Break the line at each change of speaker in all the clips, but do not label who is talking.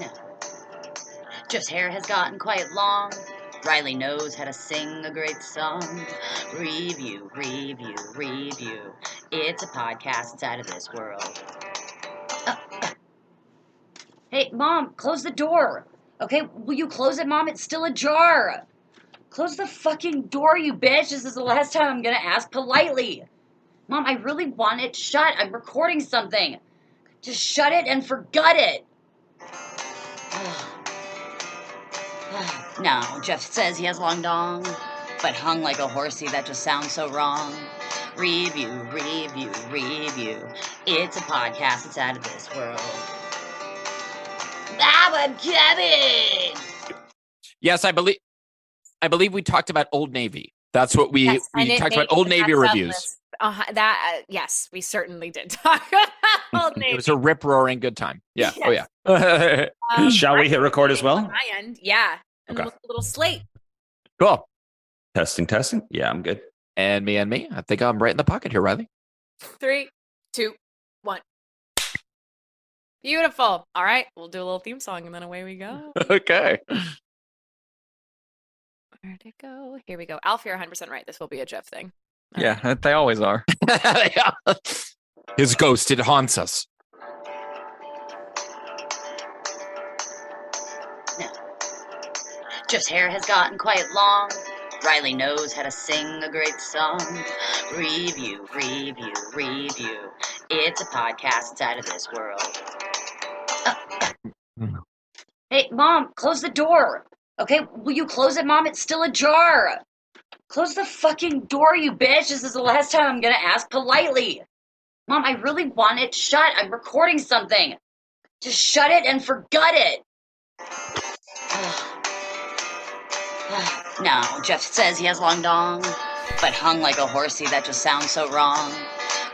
No. Jeff's hair has gotten quite long. Riley knows how to sing a great song. Review, review, review. It's a podcast inside of this world. Uh, uh. Hey, Mom, close the door. Okay, will you close it, Mom? It's still ajar. Close the fucking door, you bitch. This is the last time I'm gonna ask politely. Mom, I really want it shut. I'm recording something. Just shut it and forget it. no, Jeff says he has long dong, but hung like a horsey, that just sounds so wrong. Review, review, review. It's a podcast that's out of this world. Now I'm Kevin!
Yes, I believe. I believe we talked about Old Navy. That's what we
Yes, and
we
it
talked
made
about Old
the
Navy
top
reviews.
list. Uh-huh, that uh, yes, we certainly did talk about Old Navy.
It was a rip roaring good time. Yeah.
Yes.
Oh yeah.
Um,
Shall we hit record as
on
well?
my end, yeah. And
Okay.
with a little slate.
cool.
Testing, testing. Yeah, I'm good.
And me and me. I think I'm right in the pocket here, Riley.
Three, two, one. Beautiful. All right, we'll do a little theme song and then away we go.
Okay.
Where'd it go? Here we go. Alf, you're 100% right. This will be a Jeff thing.
Yeah, they always are.
Yeah. His ghost it haunts us.
Jeff's hair has gotten quite long. Riley knows how to sing a great song. Review, review, review. It's a podcast that's out of this world. Uh, uh. hey, Mom, close the door. Okay, will you close it, Mom? It's still ajar. Close the fucking door, you bitch. This is the last time I'm gonna ask politely. Mom, I really want it shut. I'm recording something. Just shut it and forget it. no, Jeff says he has long dong, but hung like a horsey, that just sounds so wrong.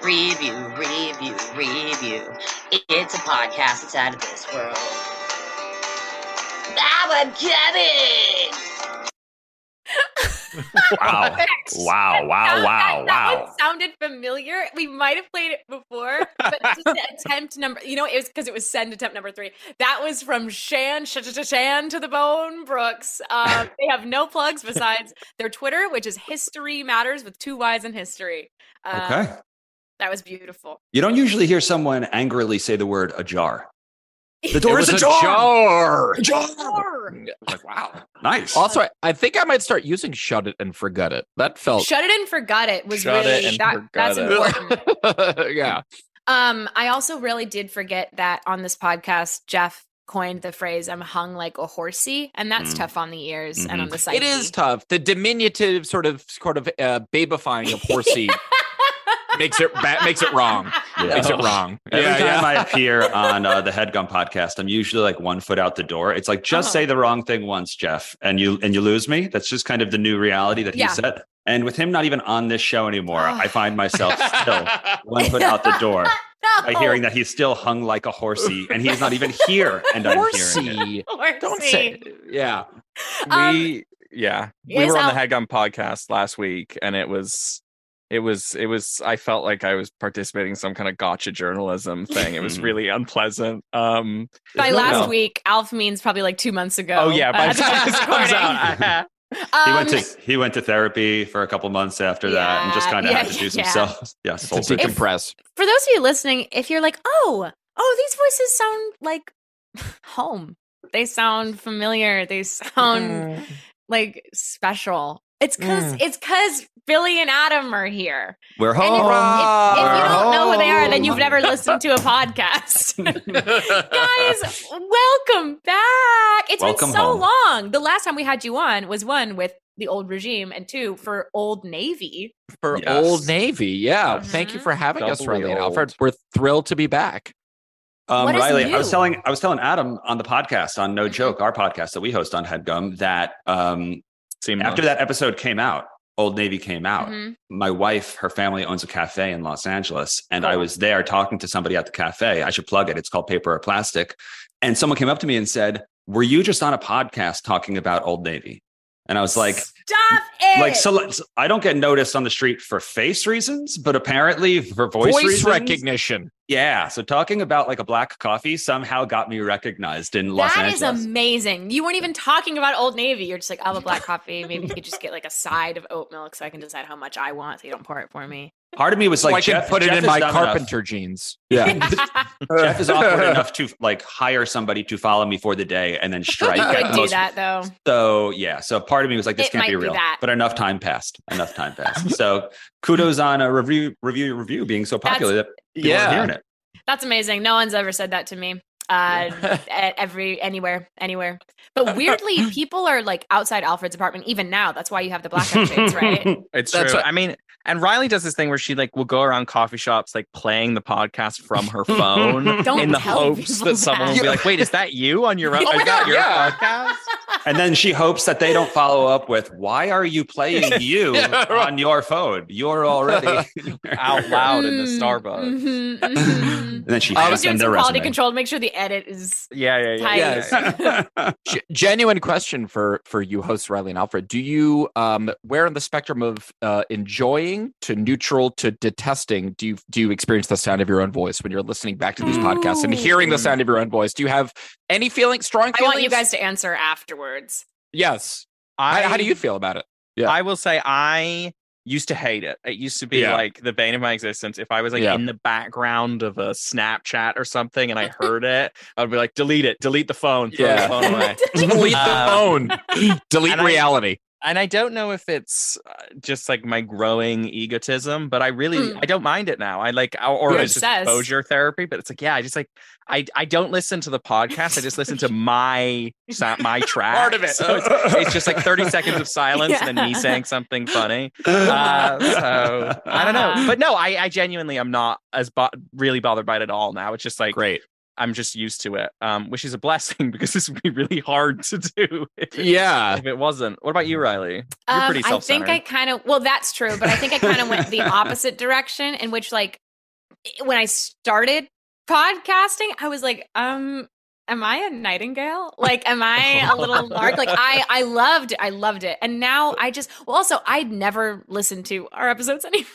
Review, review, review. It's a podcast that's out of this world. Now I'm Kevin!
Wow. wow, wow,
Sound-
Oh, wow,
that, That
wow.
one sounded familiar. We might have played it before, but just the attempt number. You know, it was because it was send attempt number three. That was from Shan Sh- Sh- Sh- Shan to the Bone Brooks. Um, they have no plugs besides their Twitter, which is History Matters with two Y's in history. Um,
Okay.
that was beautiful.
You don't usually hear someone angrily say the word ajar. The
It
door is
was
ajar.
jar.
Ajar.
Like, wow.
Nice.
Also,
Uh-huh.
I, I think I might start using shut it and forget it. That felt
Shut it and forgot it was
Shut It
really
and
that,
Forgot
that's
It.
important.
yeah.
Um, I also really did forget that on this podcast, Jeff coined the phrase "I'm hung like a horsey," and that's
Mm.
tough on the ears and
Mhm.
on the psyche.
It is tough. The diminutive sort of sort of uh, babifying of horsey makes it ba- makes it wrong.
Yeah.
Makes it wrong.
Every
Yeah, yeah.
time I appear on uh, the Headgum podcast, I'm usually like one foot out the door. It's like just
Uh-huh.
say the wrong thing once, Jeff, and you and you lose me. That's just kind of the new reality that
Yeah.
he's at. And with him not even on this show anymore,
Ugh.
I find myself still one foot out the door by
No,
hearing that he's still hung like a horsey, and he's not even here. And I'm hearing it.
Horsey.
horsey.
Don't say. Yeah.
Um,
we yeah, we
is
were on
out-
the Headgum podcast last week, and it was it was it was I felt like I was participating in some kind of gotcha journalism thing. It was
Mhm.
really unpleasant. Um,
By
no.
last week, Alf means probably like two months ago.
oh yeah, by
uh,
the time this comes out, I-
He
Um,
went to he went to therapy for a couple months after that, and just
Yeah,
kind of
yeah,
had to
yeah,
choose
yeah.
himself. Yeah,
To
full circle.
decompress.
for those of you listening, if you're like, "Oh, oh, these voices sound like home. They sound familiar. They sound." like special. It's cause it's cause Billy and Adam are here.
We're
And if-
home.
if, if you don't know who they are, and you've never listened to a podcast. Guys, welcome back. It's
Welcome
been so
home.
long. The last time we had you on was one with the old regime and two for old navy.
for
Yes.
Old Navy. Yeah.
Yes.
Thank you for having us,
Doubly
Riley and
old.
Alfred. We're thrilled to be back.
Um,
What is
Riley, I was
new?
telling I was telling Adam on the podcast on No Joke, our podcast that we host on Headgum, that um,
Mm-hmm.
Seemed
after that episode came out, Old Navy came out.
Mhm.
My wife, her family owns a cafe in Los Angeles, and I
Oh.
Cool.
was there talking to somebody at the cafe. I should plug it. It's called Paper or Plastic, and someone came up to me and said, "Were you just on a podcast talking about Old Navy?" And I was like,
Stop it.
like so let's- i don't get noticed on the street for face reasons but apparently for voice,
Voice,
reasons,
recognition.
yeah so talking about like a black coffee somehow got me recognized in los
That is
angeles
amazing. You weren't even talking about Old Navy. You're just like, I'll have a black coffee. Maybe you could just get like a side of oat milk so I can decide how much I want so you don't pour it for me.
part of me was
So
like
I can
jeff,
put it
Jeff
in
is
my
dumb
carpenter jeans.
enough. yeah jeff is awkward enough to like hire somebody to follow me for the day and then strike
You
at
would
the
do
most-
that though.
so yeah so part of me was like this
It
can't
might
be
be
real
that.
but enough time passed enough time passed so kudos on a review review review being so popular that people are hearing it
That's amazing. No one's ever said that to me. Uh, at every anywhere, anywhere. But weirdly, people are like outside Alfred's apartment even now. That's why you have the blackout shades, right?
It's
That's
true.
what-
I mean, and Riley does this thing where she like will go around coffee shops like playing the podcast from her phone
Don't
in the
tell
hopes
people
that someone will be
that.
like, "Wait, is that you on your own?
Oh my
is that
God,
your
yeah.
podcast?"
And then she hopes that they don't follow up with, "Why are you playing you
Yeah, right.
on your phone? Youyou're already."
Out loud in the
Mm,
Starbucks.
mhm,
and
mhm.
then she
I
hands
was doing some
them their
quality
resume.
control to make sure the edit is
Yeah, yeah, yeah.
Tight.
yeah,
Yes.
yeah.
G- genuine question for for you hosts Riley and Alfred. Do you um where on the spectrum of uh enjoying to neutral to detesting do you do you experience the sound of your own voice when you're listening back to these podcasts and hearing the sound of your own voice? Do you have any feeling strong
I
feelings?
want you guys to answer afterwards.
Yes.
I,
how, how do you feel about it? Yeah.
I will say I used to hate it. It used to be
Yeah.
like the bane of my existence. If I was like
Yeah.
in the background of a Snapchat or something and I heard it, I'd be like, delete it, delete the phone, throw
Yeah.
the phone away.
Delete the
Um,
phone. Delete
and I-
reality.
and I don't know if it's uh, just like my growing egotism, but I really
Mm.
I don't mind it now. I like or, or
You're
it's just
obsessed.
exposure therapy, but it's like yeah, I just like I I don't listen to the podcast. I just listen to my sa- my track. So it's, it's just like 30 seconds of silence and then me
Yeah.
saying something funny. Uh, so I don't know, but no, I I genuinely am not as bo- really bothered by it at all now. It's just like
Great.
I'm just used to it, um, which is a blessing because this would be really hard to do. If it,
Yeah.
If it wasn't, what about you, Riley? You're
Um,
pretty
I think I
self-centered.
kind of well, that's true, but I think I kind of went the opposite direction in which, like, i- when I started podcasting, I was like, um, am I a nightingale? Like, am I a little lark? Like, I I loved it. I loved it, and now I just well, also I'd never listen to our episodes anymore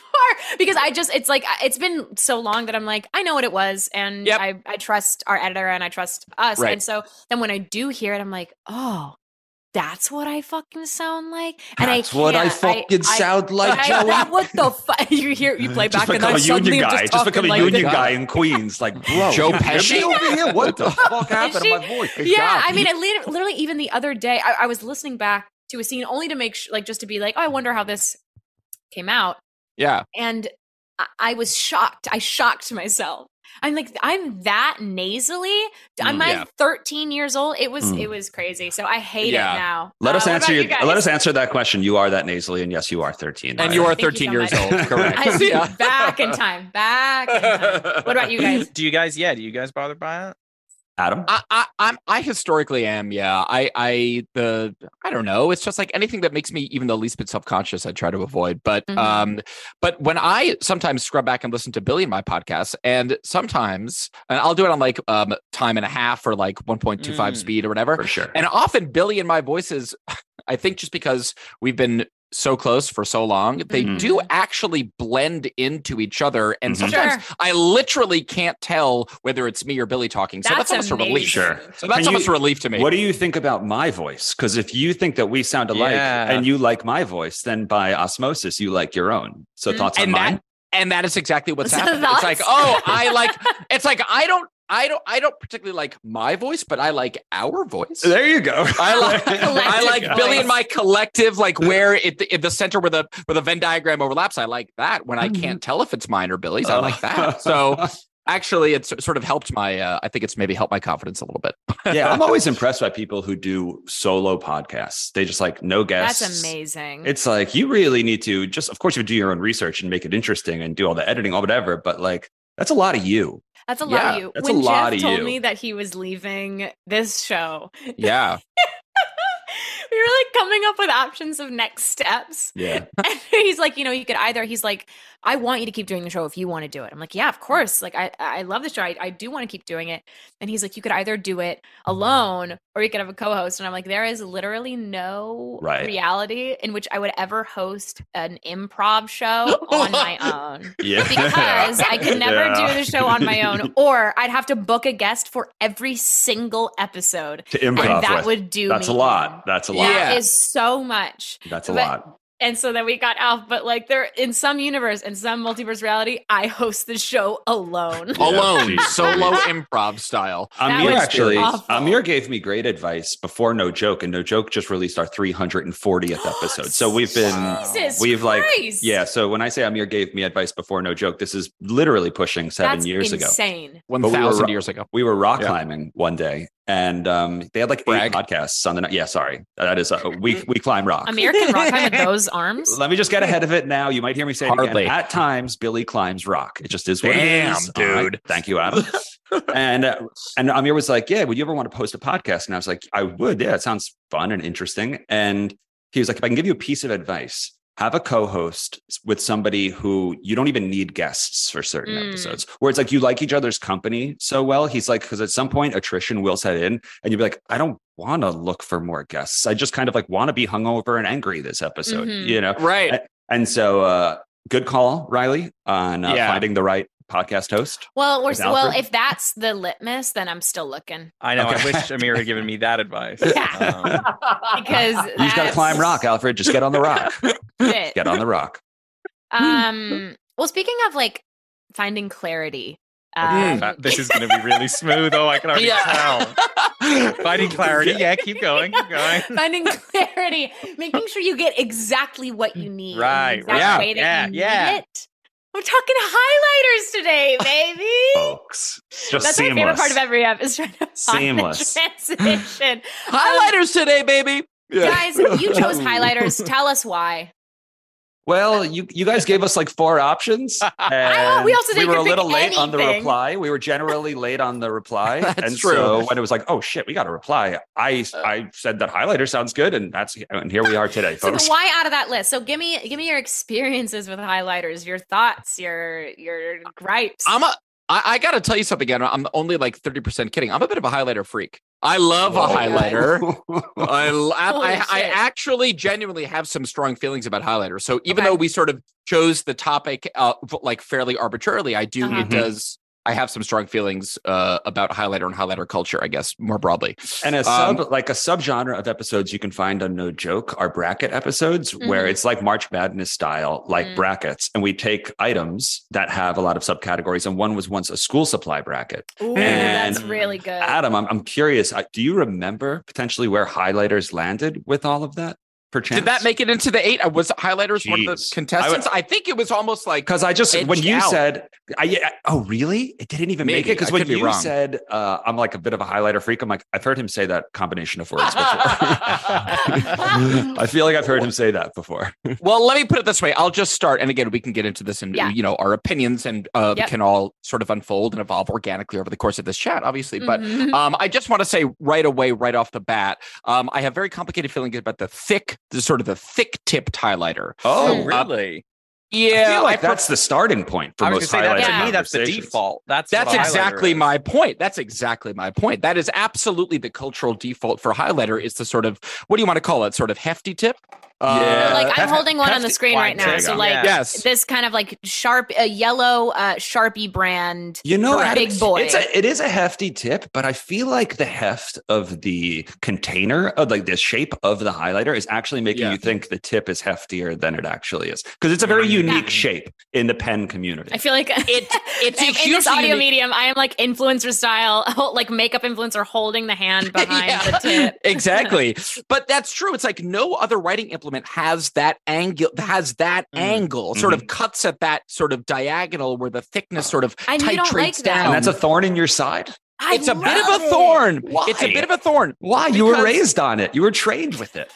because I just it's like I- it's been so long that I'm like I know what it was, and
Yep.
I I trust our editor and I trust us,
Right.
and so then when I do hear it, I'm like, oh. That's what I fucking sound like. And
That's
I
what I
can't-
fucking sound like,
I-
Joey.
What the fuck? You hear you play
Uh, Just
back and
become
I
a
suddenly
union
am
guy.
just,
Just,
talking
become a
like
union
this.
guy in Queens. Like, bro,
Joe
you hear
Pesci?
me over here. What the fuck happened to my voice?
Good
yeah,
job.
I mean, I lit- literally even the other day, I, I was listening back to a scene only to make sh- like just to be like, oh, I wonder how this came out,
yeah.
and I, I was shocked. I shocked myself. I'm like, I'm that nasally. I'm
Mm,
like
yeah.
13 years old. It was
Mm.
it was crazy. So I hate
Yeah.
it now.
Let
Uh,
us
what
answer
about
your,
you guys?
Let us answer that question. You are that nasally, and yes, you are 13.
And you are
Thank you so
13 years
much.
old. Correct.
I'm
Yeah.
back in time. Back. In time. What about you guys?
Do you guys? Yeah, do you guys bother by it?
Adam.
I, I I'm I historically am, yeah. I I the I don't know. It's just like anything that makes me even the least bit self conscious, I try to avoid. But
Mhm.
um, but when I sometimes scrub back and listen to Billy in my podcast, and sometimes and I'll do it on like um time and a half or like one point two five
Mm.
speed or whatever.
for sure.
And often Billy and my voices, I think just because we've been so close for so long, they
Mhm.
do actually blend into each other. And
Mhm.
sometimes
Sure.
I literally can't tell whether it's me or Billy talking. So that's, almost a relief.
amazing.
Sure.
So that's
Can you-
almost a relief to me.
What do you think about my voice? Because if you think that we sound alike
Yeah.
and you like my voice, then by osmosis you like your own. So
Mm.
thoughts on
and that
mine?
and that is exactly what's
So
happening. It's
that's-
like, oh, I like it's like I don't I don't I don't particularly like my voice, but I like our voice.
There you go.
I like I
Collective
like Billy and my
voice.
collective, like where it in the center where the where the Venn diagram overlaps. I like that when I can't tell if it's mine or Billy's. I like
Uh,
that. So actually, it's sort of helped my. Uh, I think it's maybe helped my confidence a little bit.
yeah, I'm always impressed by people who do solo podcasts. They just like no guests.
That's amazing.
It's like you really need to just, of course, you do your own research and make it interesting and do all the editing, all whatever. But like, that's a lot of you.
that's a lot
yeah,
of you.
that's a
when
lot
Jeff
of
told
you.
me that he was leaving this show,
Yeah,
we were like coming up with options of next steps.
Yeah.
And he's like, you know, you could either he's like, I want you to keep doing the show if you want to do it. I'm like, yeah, of course. Like I I love the show. I, I do want to keep doing it. And he's like, you could either do it alone or you could have a co-host. And I'm like, there is literally no
Right.
reality in which I would ever host an improv show on my own.
Yeah.
Because I could never
Yeah.
do the show on my own, or I'd have to book a guest for every single episode.
to
And
improv
that
with.
would do
that's a
me in.
lot. That's a lot.
That
Yeah.
is so much.
That's a
But-
lot.
And so then we got off, but like there in some universe, in some multiverse reality, I host the show alone.
Yeah,
alone,
geez.
solo improv style.
That
Amir
would be
actually,
awful.
Amir gave me great advice before No Joke, and No Joke just released our 340th episode. So we've been,
Jesus
we've like,
Christ.
yeah. So when I say Amir gave me advice before No Joke, this is literally pushing seven
That's
years ago.
insane.
One
we were
thousand
ro-
years ago.
We were rock
Yeah.
climbing one day, and um, they had like
Brag.
eight podcasts on the night. Yeah, sorry, that is uh, we
Mm-hmm.
we climb rock.
American rock time with those arms.
Let me just get ahead of it now. You might hear me say it
Hardly.
again. At times, Billy climbs rock. It just is what
Damn,
it is. All
dude.
Thank you, Adam. and uh, and Amir was like, "Yeah, would you ever want to post a podcast?" And I was like, "I would. Yeah, it sounds fun and interesting." And he was like, "If I can give you a piece of advice." Have a co-host with somebody who you don't even need guests for certain
Hmm.
Mm.
episodes, where it's like you like each other's company so well. He's like, because at some point attrition will set in, and you'll be like, I don't want to look for more guests. I just kind of like want to be hungover and angry this episode,
Mm-hmm.
Mhm.
you know.
Right.
And so, uh, good call, Riley, on uh,
Yeah.
finding the right podcast host.
Well, we're
With
well,
Alfred?
if that's the litmus, then I'm still looking
I know.
Okay.
I wish Amir had given me that advice.
Oh.
Yeah.
Um,
because
You just got to
that's
climb rock, Alfred. Just get on the rock.
it.
get on the rock.
Um, well, speaking of like finding clarity, um,
Uh, This is going to be really smooth. Oh, I can already
Yeah.
tell. Finding clarity. Yeah, keep going. Keep going.
finding clarity, making sure you get exactly what you need, in the
Right,
exact
yeah,
way that
yeah,
you
yeah.
need it. We're talking highlighters today, baby.
Folks, just
That's my favorite part of every app is trying to find
Seamless.
the transition.
Highlighters today, baby.
Guys, you chose highlighters. Tell us why.
Well, you you guys gave us like four options. and
we also didn't
were a
pick
little late on the
anything.
reply. We were generally late on the reply,
That's
and
true.
so when it was like, "Oh shit, we got a reply," I I said that highlighter sounds good, and that's and here we are today,
So the
folks.
why out of that list. So give me give me your experiences with highlighters, your thoughts, your your gripes.
I'm a. I, I got to tell you something. and I'm only like thirty percent kidding. I'm a bit of a highlighter freak. I love
Whoa.
a highlighter. I, l- I-
Holy
I, I
shit.
actually genuinely have some strong feelings about highlighters. So even
Okay.
though we sort of chose the topic uh, f- like fairly arbitrarily, I do
Uh-huh.
it does I have some strong feelings uh, about highlighter and highlighter culture. I guess more broadly.
And a
Um,
sub, like a subgenre of episodes you can find on No Joke are bracket episodes where
Mhm.
it's like March Madness style, like
Mm.
brackets. And we take items that have a lot of subcategories. And one was once a school supply bracket.
Ooh,
and-
that's really good.
Adam, I'm, I'm curious, I- do you remember potentially where highlighters landed with all of that? Perchance?
Did that make it into the eight? I was highlighters one of the
Jeez.
contestants. I, think it was almost like
Because I just when
edged
you
out.
said, I, I- oh really? It didn't even make
Maybe.
it because
I
when
could be
you
wrong.
said, uh, I'm like a bit of a highlighter freak. I'm like, I've heard him say that combination of words before. I feel like I've heard him say that before.
Well, let me put it this way. I'll just start, and again, we can get into this, and
Yeah.
you know, our opinions and uh,
Yep.
can all sort of unfold and evolve organically over the course of this chat, obviously. But
Mm-hmm.
Mhm.
um, I just want to say right away, right off the bat, um, I have very complicated feelings about the thick, the sort of the thick tipped highlighter.
Oh,
Mm.
really?
Yeah,
I feel like
I
that's the starting point for
uh, I was
most
gonna say
highlighter
that
Yeah.
to me. That's the
conversations.
default. That's
That's
what a highlighter
exactly
is.
my point. That's exactly my point. That is absolutely the cultural default for highlighter is the sort of what do you want to call it? Sort of hefty tip,
So,
Uh,
like I'm
Pef-
holding one on the
Pepsi-
screen
wine
right now.
drink.
So
Yeah.
like
Yes.
this kind of like sharp, a yellow uh, Sharpie brand.
You know,
for a
Adam,
big boy.
It's a, it is a hefty tip, but I feel like the heft of the container, of like the shape of the highlighter, is actually making
Yeah.
you think the tip is heftier than it actually is because it's a very unique shape in the pen community.
I feel like
It- it's a
in, in this
hugely
audio
unique-
medium. I am like influencer style, like makeup influencer holding the hand behind the tip.
exactly. But that's true. It's like no other writing implement has that angle has that
Mm-hmm.
Mhm.
angle, sort of cuts at that sort of diagonal where the thickness sort of
And you don't
titrates
like that.
down.
and that's a thorn in your side.
I
it's a bit
love
of a
it.
thorn. It's a
Why?
bit of a thorn.
Why? you were
Because-
raised on it. You were trained with it.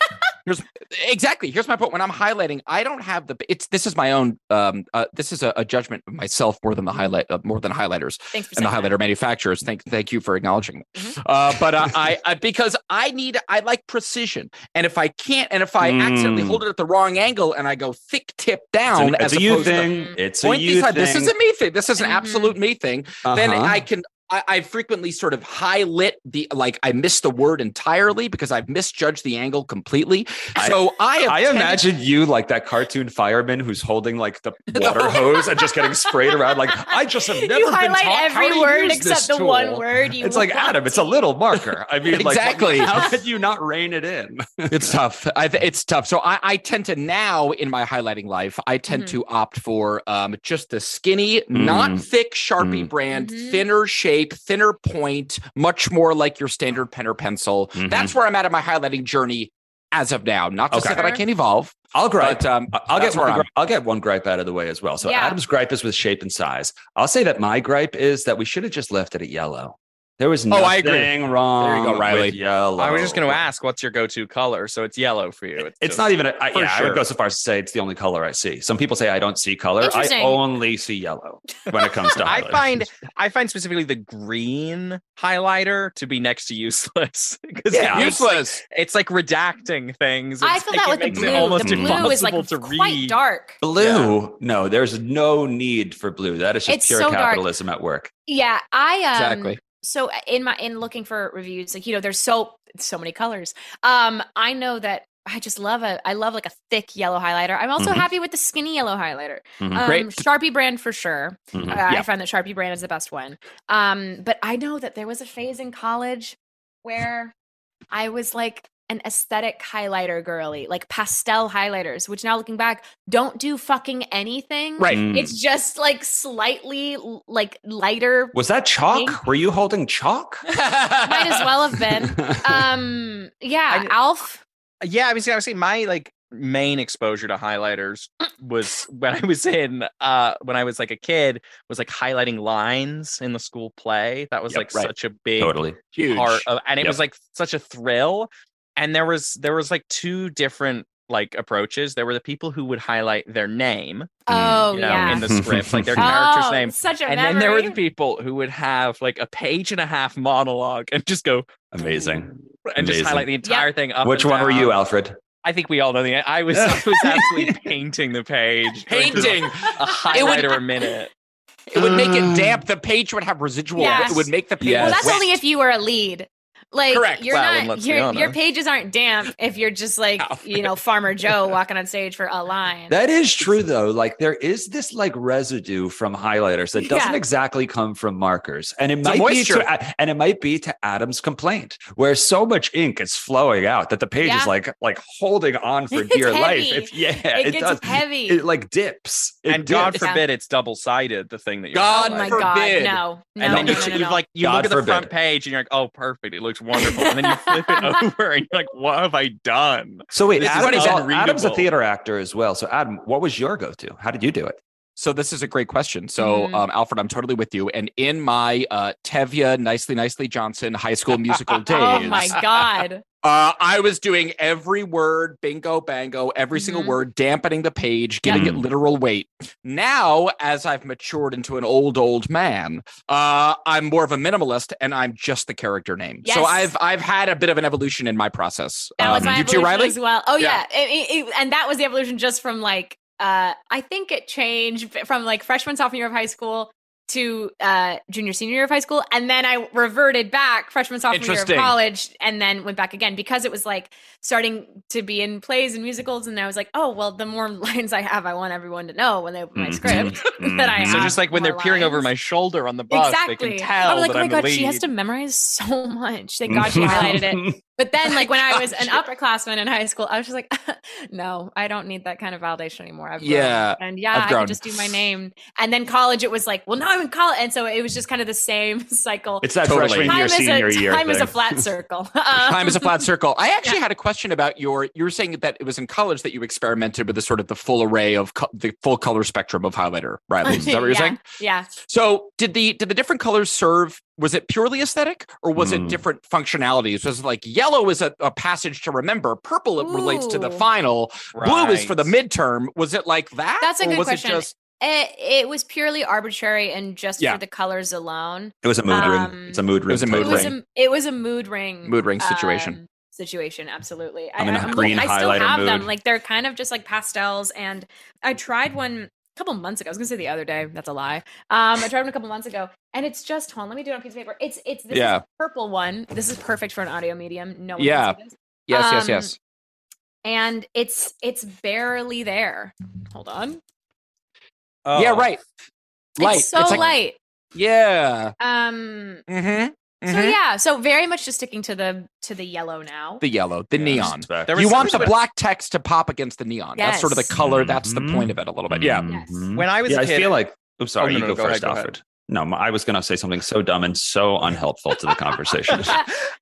exactly here's my point when i'm highlighting i don't have the it's this is my own um uh, this is a, a judgment of myself more than the highlight uh, more than highlighters
Thanks for
and the
saying that.
highlighter manufacturers thank thank you for acknowledging that
Mm-hmm.
uh but uh, I, I because i need i like precision and if i can't and if i accidentally
Mm.
hold it at the wrong angle and i go thick tip
It's
down
an- it's
as
a you
opposed to
thing.
Mm.
It's a
point these
you
high-
thing.
this is a me thing this is an
Mhm.
absolute me thing then
Uh-huh.
I can I, I frequently sort of highlight the like I missed the word entirely because I've misjudged the angle completely.
I-
So I have
I
tended-
imagine you like that cartoon fireman who's holding like the water hose and just getting sprayed around. Like I just have never
you
been
highlight
taught how
every
to
word
use
except
this
the one
tool.
word you.
It's like
want.
Adam, it's a little marker. I mean, like,
Exactly.
how could you not rein it in?
it's tough. I, th- it's tough. So I, I tend to now in my highlighting life, I tend
Mhm.
to opt for um, just the skinny, not
Mm.
thick Sharpie
Mm.
brand,
Mhm.
thinner shape, thinner point, much more like your standard pen or pencil.
Mhm.
That's where I'm at in my highlighting journey as of now. Not to say
Okay.
that I can't evolve,
I'll gripe.
but um,
I- uh, I'll
that's
get
where
one
I'm-
gripe. I'll get one gripe out of the way as well. So
Yeah.
Adam's gripe is with shape and size. I'll say that my gripe is that we should have just left it at yellow. There was nothing
Oh, I agree.
wrong.
go, Riley.
With yellow.
I was just going to ask, what's your go-to color? So it's yellow for you.
It's
just-
not even. A, I,
For
yeah, I would go
sure.
so far as to say it's the only color I see. Some people say I don't see color. I
Interesting.
only see yellow when it comes to.
I
highlighters.
find I find specifically the green highlighter to be next to useless because
Yeah.
useless.
It's like redacting things.
I
It's
feel that
like- it
with the
makes it
blue.
almost
the blue is like
impossible to
quite
read.
dark.
blue. No, there's no need for blue. That is just
It's
pure
so dark.
capitalism at work.
Yeah, I um,
Exactly.
so uh, in my in looking for reviews like you know there's so so many colors um i know that i just love a i love like a thick yellow highlighter i'm also
Mhm.
happy with the skinny yellow highlighter
Mhm.
um,
Mm-hmm. Great. Mm-hmm.
sharpie brand for sure
Mhm.
uh, i find that sharpie brand is the best one um but i know that there was a phase in college where i was like an aesthetic highlighter girly like pastel highlighters which now looking back don't do fucking anything
Right.
Hmm.
Mm.
it's just like slightly l- like lighter
Was that chalk?
Pink.
Were you holding chalk?
might as well have been um yeah
I-
alf
yeah, I was gonna say my like main exposure to highlighters was when I was in uh when I was like a kid was like highlighting lines in the school play. That was
Yep,
like
right.
such a big
totally.
Huge.
part of and it
Yep.
was like such a thrill. And there was there was like two different like approaches. There were the people who would highlight their name,
oh
you know,
yeah
Hmm, in the script, like their character's
oh,
name.
such a
And
memory
then there were the people who would have like a page and a half monologue and just go
Amazing.
and
Amazing.
just highlight the entire thing up.
Which
and
one were
down.
you, Alfred?
I think we all know the. an- I was I was absolutely painting the page, doing just
painting.
a
would-
highlighter a minute.
It would make it
Um,
damp. The page would have residual.
Mm. Yes.
It would make the page.
well that's
wet.
only if you were a lead like
Correct.
you're
Well, and
not
let's be
your, your
honest.
pages aren't damp if you're just like
No.
you know farmer joe walking on stage for a line
That is true, though. Like there is this like residue from highlighters that doesn't
Yeah.
exactly come from markers, and it
It's a
might be
moisture.
to, and it might be to Adam's complaint, where so much ink is flowing out that the page
Yeah.
is like like holding on for
It's
dear life.
heavy.
If yeah,
it,
it,
gets
does.
heavy
It like dips. It
And God
dips.
Yeah.
forbid it's double sided. The thing that you're
God
oh my
highlighting.
god
forbid.
no no
And then
no,
you,
no,
see-
no,
you
no.
like you
God
look at the front
forbid.
page and you're like, oh, perfect, it looks wonderful. And then you flip it over and you're like, what have I done?
So wait,
This is
Adam is al-
unreadable.
Adam's a theater actor as well. So Adam, what was your go-to? How did you do it?
So this is a great question. So
Mhm.
um, Alfred, I'm totally with you. And in my uh, Tevya nicely nicely Johnson High School Musical days,
oh my god
uh, I was doing every word bingo bango, every single
Mhm.
word, dampening the page, giving
Yeah.
Mm.
it literal weight. Now, as I've matured into an old old man, uh, I'm more of a minimalist, and I'm just the character name. So
Yes.
I've I've had a bit of an evolution in my process.
That was
Um,
my
you
evolution
too, Riley.
as well. Oh yeah,
Yeah.
It- it- it- and that was the evolution just from like uh, I think it changed from like freshman sophomore year of high school to uh, junior senior year of high school, and then I reverted back freshman sophomore year of
Interesting.
college, and then went back again because it was like starting to be in plays and musicals, and I was like, oh well, the more lines I have, I want everyone to know when they open my
Mhm.
script that I
Mhm.
have.
Mm-hmm. So just like when
more
they're peering over
lines.
my shoulder on the bus,
exactly.
they can tell
I'm like,
that
oh my
I'm
god,
the lead.
she has to memorize so much. Thank God she highlighted it. But then, like when
Oh,
I was an upperclassman in high school, I was just like, no, I don't need that kind of validation anymore. I've grown.
Yeah,
and yeah,
I've
I
grown.
could just do my name. And then college, it was like, well, now I'm in college, and so it was just kind of the same cycle.
It's that
Totally.
freshman
time
year,
is
senior
a
year.
time is a
thing.
flat circle.
Time is a flat circle. I actually
Yeah.
had a question about your. You were saying that it was in college that you experimented with the sort of the full array of co- the full color spectrum of highlighter, Riley. Is that what you're
yeah,
saying?
Yeah.
So did the did the different colors serve? Was it purely aesthetic, or was
Mm.
it different functionalities? Was it like yellow is a, a passage to remember, purple it relates to the
Ooh.
final, blue is for the
Right.
midterm. Was it like that?
That's a
or
good
was
question.
It just,
It, it was purely arbitrary and just
Yeah.
for the colors alone.
It was a mood
Um,
ring. It's a mood ring.
was a mood
It
ring.
was a it was a mood ring.
Mood ring situation.
um, situation, absolutely.
I'm in a
I'm
green
I still
highlighter
have them.
mood.
Like they're kind of just like pastels. And I tried one a couple months ago. I was gonna say the other day. That's a lie. Um, I tried one a couple months ago, and it's just hold on. Let me do it on a piece of paper. It's it's this is
Yeah.
a purple one. This is perfect for an audio medium. No one
Yeah.
can see this.
yes, yes,
um,
yes.
And it's it's barely there. Hold on.
Oh.
Yeah, right. Light.
It's so
like-
light.
Yeah.
Um.
hmm
So yeah. So very much just sticking to the to the yellow now.
The yellow, the
Yeah,
neon.
just back.
There was
You
some
want the
sort of-
black text to pop against the neon. That's sort of the
Yes.
color. That's the
Mhm.
point of it a little bit. Yeah.
Yes.
Mhm.
When I was
yeah,
a
I
kid,
feel like. I'm sorry.
no,
Oh, you
no,
go,
go ahead,
first,
go ahead.
Alfred. No, my- I was going to say something so dumb and so unhelpful to the conversation.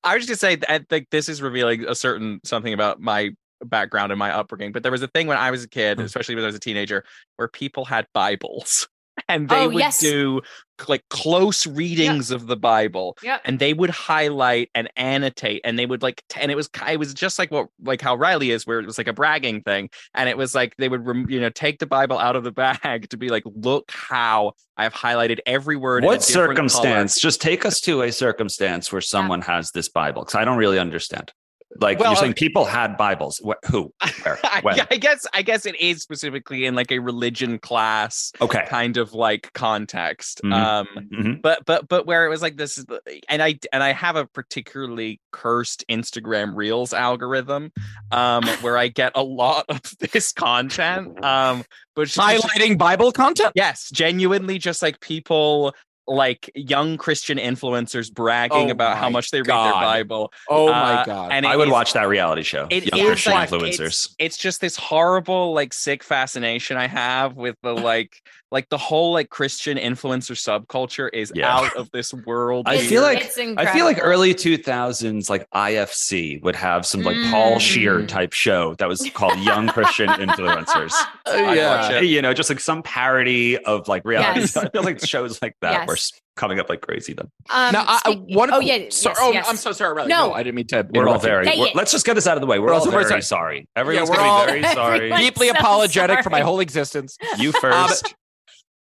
I was just gonna say that like this is revealing a certain something about my background and my upbringing. But there was a thing when I was a kid,
Hmm.
especially when I was a teenager, where people had Bibles and they
Oh,
would
yes.
do like close readings of the Bible.
Yep.
And they would highlight and annotate, and they would like, t- and it was, ki- it was just like what, like how Riley is, where it was like a bragging thing, and it was like they would, rem- you know, take the Bible out of the bag to be like, look how I have highlighted every word. in a
What
different color."
circumstance? Just take us to a circumstance where someone has this Bible, because I don't really understand. Like
Well,
you're saying,
okay.
people had Bibles. What, who? Where? When?
I, I guess I guess it is specifically in like a religion class
Okay.
kind of like context.
Mm-hmm.
Mhm.
Um
Mhm.
but but but where it was like this is the- and I and I have a particularly cursed Instagram Reels algorithm um where I get a lot of this content um but
Highlighting Bible content.
Yes, genuinely just like people like young Christian influencers bragging
Oh
about how
my
much they read their
God.
Bible.
Oh my
Uh,
god.
And
I
it
would
is-
watch that reality show.
it
Young
is
Christian
like-
influencers.
it's just this horrible like sick fascination i have with the like like the whole like christian influencer subculture is
Yeah.
out of this world
I
It's-
feel like-
it's
I feel like
incredible.
early 2000s, like IFC would have some like Paul
Mm.
Shear type show that was called Young Christian Influencers.
Oh,
I'd
yeah.
watch it. You know, just like some parody of like reality.
Yes.
I feel like shows like that
Yes.
were s- coming up like crazy then.
Um,
now, I, I,
speak-
one,
oh yeah.
So,
yes,
oh,
yes.
I'm so sorry, Riley.
No.
No, I didn't mean to.
We're all
interrupt you.
very,
Say
we're-
it.
let's just get this out of the way. We're,
We're
all
also
very
very
sorry.
sorry.
Everyone's
we're
going to
all-
be very sorry.
Everyone-
deeply
so
apologetic for my
sorry.
whole existence. Um,
You first.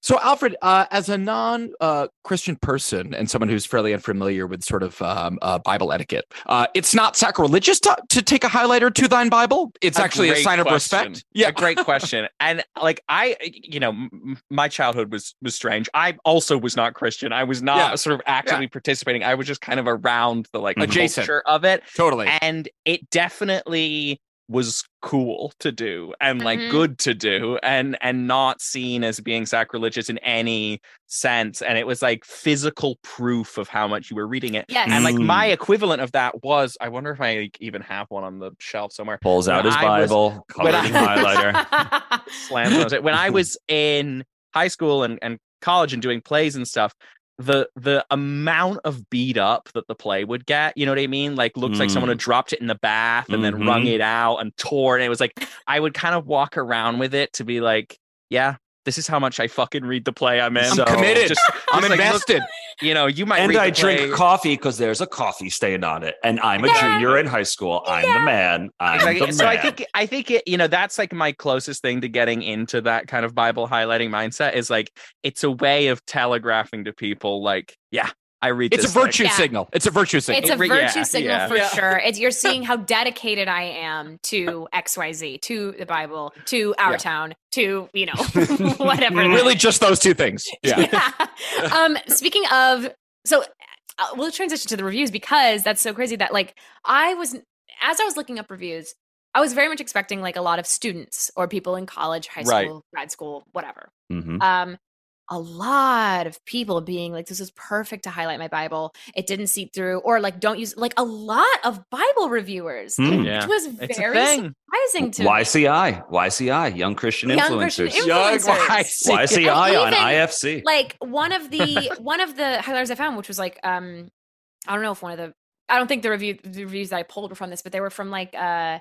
So, Alfred, uh, as a non uh, Christian person and someone who's fairly unfamiliar with sort of um, uh, Bible etiquette, uh, it's not sacrilegious to, to take a highlighter to thine Bible. It's actually a
great
sign of
question.
respect.
a great question and like i you know m- my childhood was was strange i also was not christian i was not
Yeah. Mm-hmm.
sort of actively participating i was just kind of around the like
Mhm.
Adjacent.
culture of it
totally.
and it definitely was cool to do and like
Mhm.
good to do and and not seen as being sacrilegious in any sense and it was like physical proof of how much you were reading it
Yes.
and like
Mm.
my equivalent of that was i wonder if i like, even have one on the shelf somewhere
Pulls out
When
his
I was-
Bible, covered
when
in
I-
highlighter.
slams on it. when i was in high school and, and college and doing plays and stuff the the amount of beat up that the play would get you know what i mean like looks like someone
Mm.
had dropped it in the bath and then
Mhm.
wrung it out and tore and it was like i would kind of walk around with it to be like yeah this is how much i fucking read the play i'm in
I'm
So
committed.
just,
I'm
just like, look,
invested.
you know you might
And
read
I
the
drink
play.
coffee because there's a coffee stain on it. And I'm a
Yeah.
junior in high school. I'm the
Yeah.
man. I'm
Exactly.
the
So I
man.
think I think it, you know, that's like my closest thing to getting into that kind of Bible highlighting mindset is like it's a way of telegraphing to people like, yeah, I read.
It's a
this thing.
virtue
Yeah.
signal. It's a virtue signal.
It's a
Yeah,
virtue signal
yeah.
for
Yeah.
sure. It's, you're seeing how dedicated I am to XYZ, to the Bible, to our
Yeah.
town, to, you know, whatever. that
really just those two things. Yeah.
um, speaking of, so uh, we'll transition to the reviews because that's so crazy that like I was as I was looking up reviews, I was very much expecting like a lot of students or people in college, high
Right.
school, grad school, whatever.
Mhm.
Um, a lot of people being like, "This is perfect to highlight my Bible. It didn't seep through," or like, "Don't use." Like a lot of Bible reviewers,
Hmm.
which
Yeah.
was
It's
very
a thing.
surprising to me.
YCI, YCI, young Christian
Young Christian
influencers.
influencers.
YCI on
And even,
IFC.
like one of the one of the highlighters I found, which was like um, I don't know if one of the I don't think the review the reviews that I pulled were from this, but they were from like uh.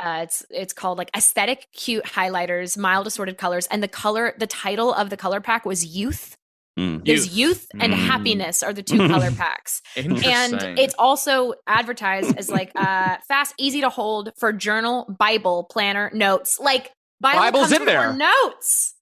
Uh, it's it's called like aesthetic cute highlighters, mild assorted colors, and the color the title of the color pack was youth.
Mm.
There's youth and
Mm.
Hmm.
happiness are the two color packs,
Interesting.
and it's also advertised as like uh fast, easy to hold for journal, Bible, planner, notes. Like Bible
Bible's
comes
in
with more
there.
Notes,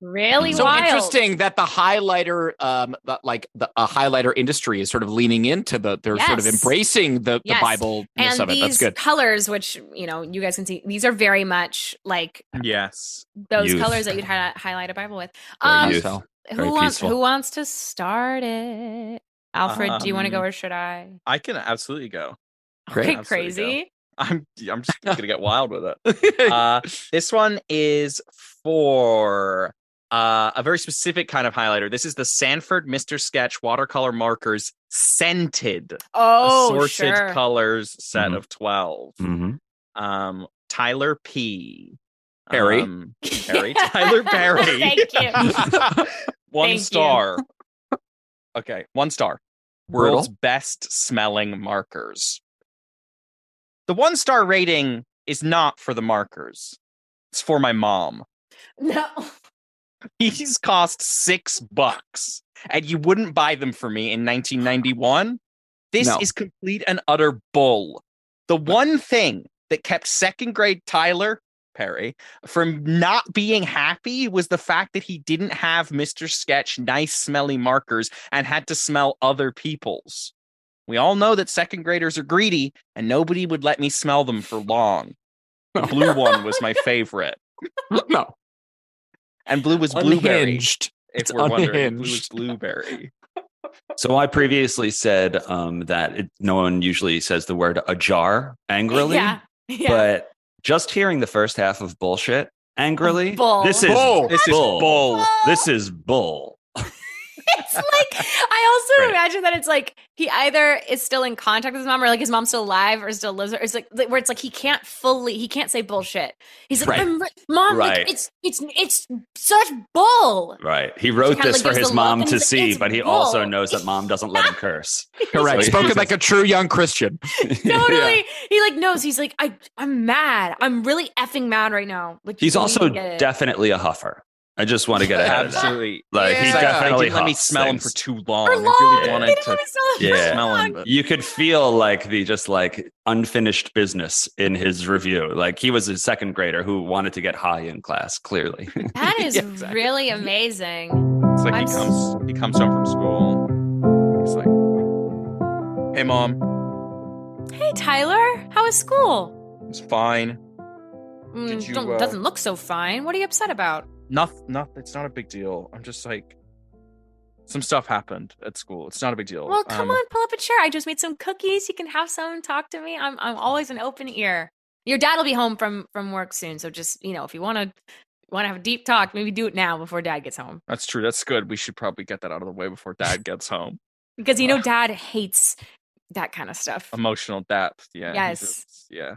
really
So
So
wild.
interesting that the highlighter, um, the, like the uh, highlighter industry is sort of leaning into the. They're sort of
Yes.
embracing the the
Yes.
Bible
and
of it. That's
these
good.
colors which you know you guys can see these are very much like
yes.
those
Youth.
colors that you'd hi- highlight a bible with
Very
um
youth.
So-
who
very
wants
peaceful.
who wants to start it alfred do you want to go
Um,
or should i
I can absolutely go.
Great.
Okay,
Absolutely go.
crazy
I'm I'm just gonna get wild with it. Uh, this one is for uh, a very specific kind of highlighter. This is the Sanford Mr. Sketch watercolor markers scented
oh
assorted
sure
colors set
Mhm.
of 12
Mhm.
Um, Tyler P.
Harry.
Um, Harry Tyler Perry.
thank you
one
Thank you.
star. Okay, one star. World's
Wordle.
best smelling markers. The one star rating is not for the markers. It's for my mom.
no
These cost six bucks, and you wouldn't buy them for me in 1991. This
No.
is complete and utter bull. The one thing that kept second grade Tyler Perry from not being happy was the fact that he didn't have Mr. Sketch nice smelly markers and had to smell other people's. We all know that second graders are greedy, and nobody would let me smell them for long. The blue one was my favorite,
no,
and blue was blueberry
unhinged.
if
It's
we're wondering, blue is
unhinged.
blueberry.
So I previously said um, that it, no one usually says the word ajar angrily,
yeah yeah
but just hearing the first half of bullshit angrily,
Bull.
this is
Bull.
This is bull.
Oh, This is bull.
it's like I also
Right.
imagine that it's like he either is still in contact with his mom, or like his mom's still alive, or still lives. Or it's like where it's like he can't fully, he can't say bullshit. He's like,
Right.
I'm ri- mom, like,
Right.
it's it's it's such bull.
Right. He wrote
kinda
this
like
for
gives
his
the look
mom
and
to
he's like,
see,
"It's
but he also
bull."
knows that mom doesn't let him curse.
Correct.
Wait,
Spoken
Jesus.
like a true young Christian.
Totally, he like knows. He's like, I I'm mad. I'm really effing mad right now. Like
He's
you
also
get it.
definitely a huffer. I just want to get ahead of that.
Absolutely.
Like he
Yeah.
definitely
didn't let me
huffs
smell him
things.
for too long.
For
I
long,
really
Yeah.
wanted
They don't
to
wanna sell it for
Yeah.
smell
long.
him. But
you could feel like the just like unfinished business in his review. Like he was a second grader who wanted to get high in class, clearly.
That is
Yeah, exactly.
really amazing.
it's like
I'm
he
s-
comes, he comes home from school. He's like, "Hey, mom,
Hey Tyler, how is school?
it's fine. Did
Mm,
you,
don't,
uh,
doesn't look so fine. What are you upset about?
Nothing. Not. It's not a big deal. I'm just like, some stuff happened at school. It's not a big deal.
Well, come
Um,
on, pull up a chair. I just made some cookies. You can have some. Talk to me. I'm I'm always an open ear. Your dad will be home from from work soon, so just you know, if you want to want to have a deep talk, maybe do it now before dad gets home
That's true. That's good. We should probably get that out of the way before Dad gets home.
because you know dad hates that kind of stuff.
Emotional depth. Yeah. he
Yes.
just- yeah.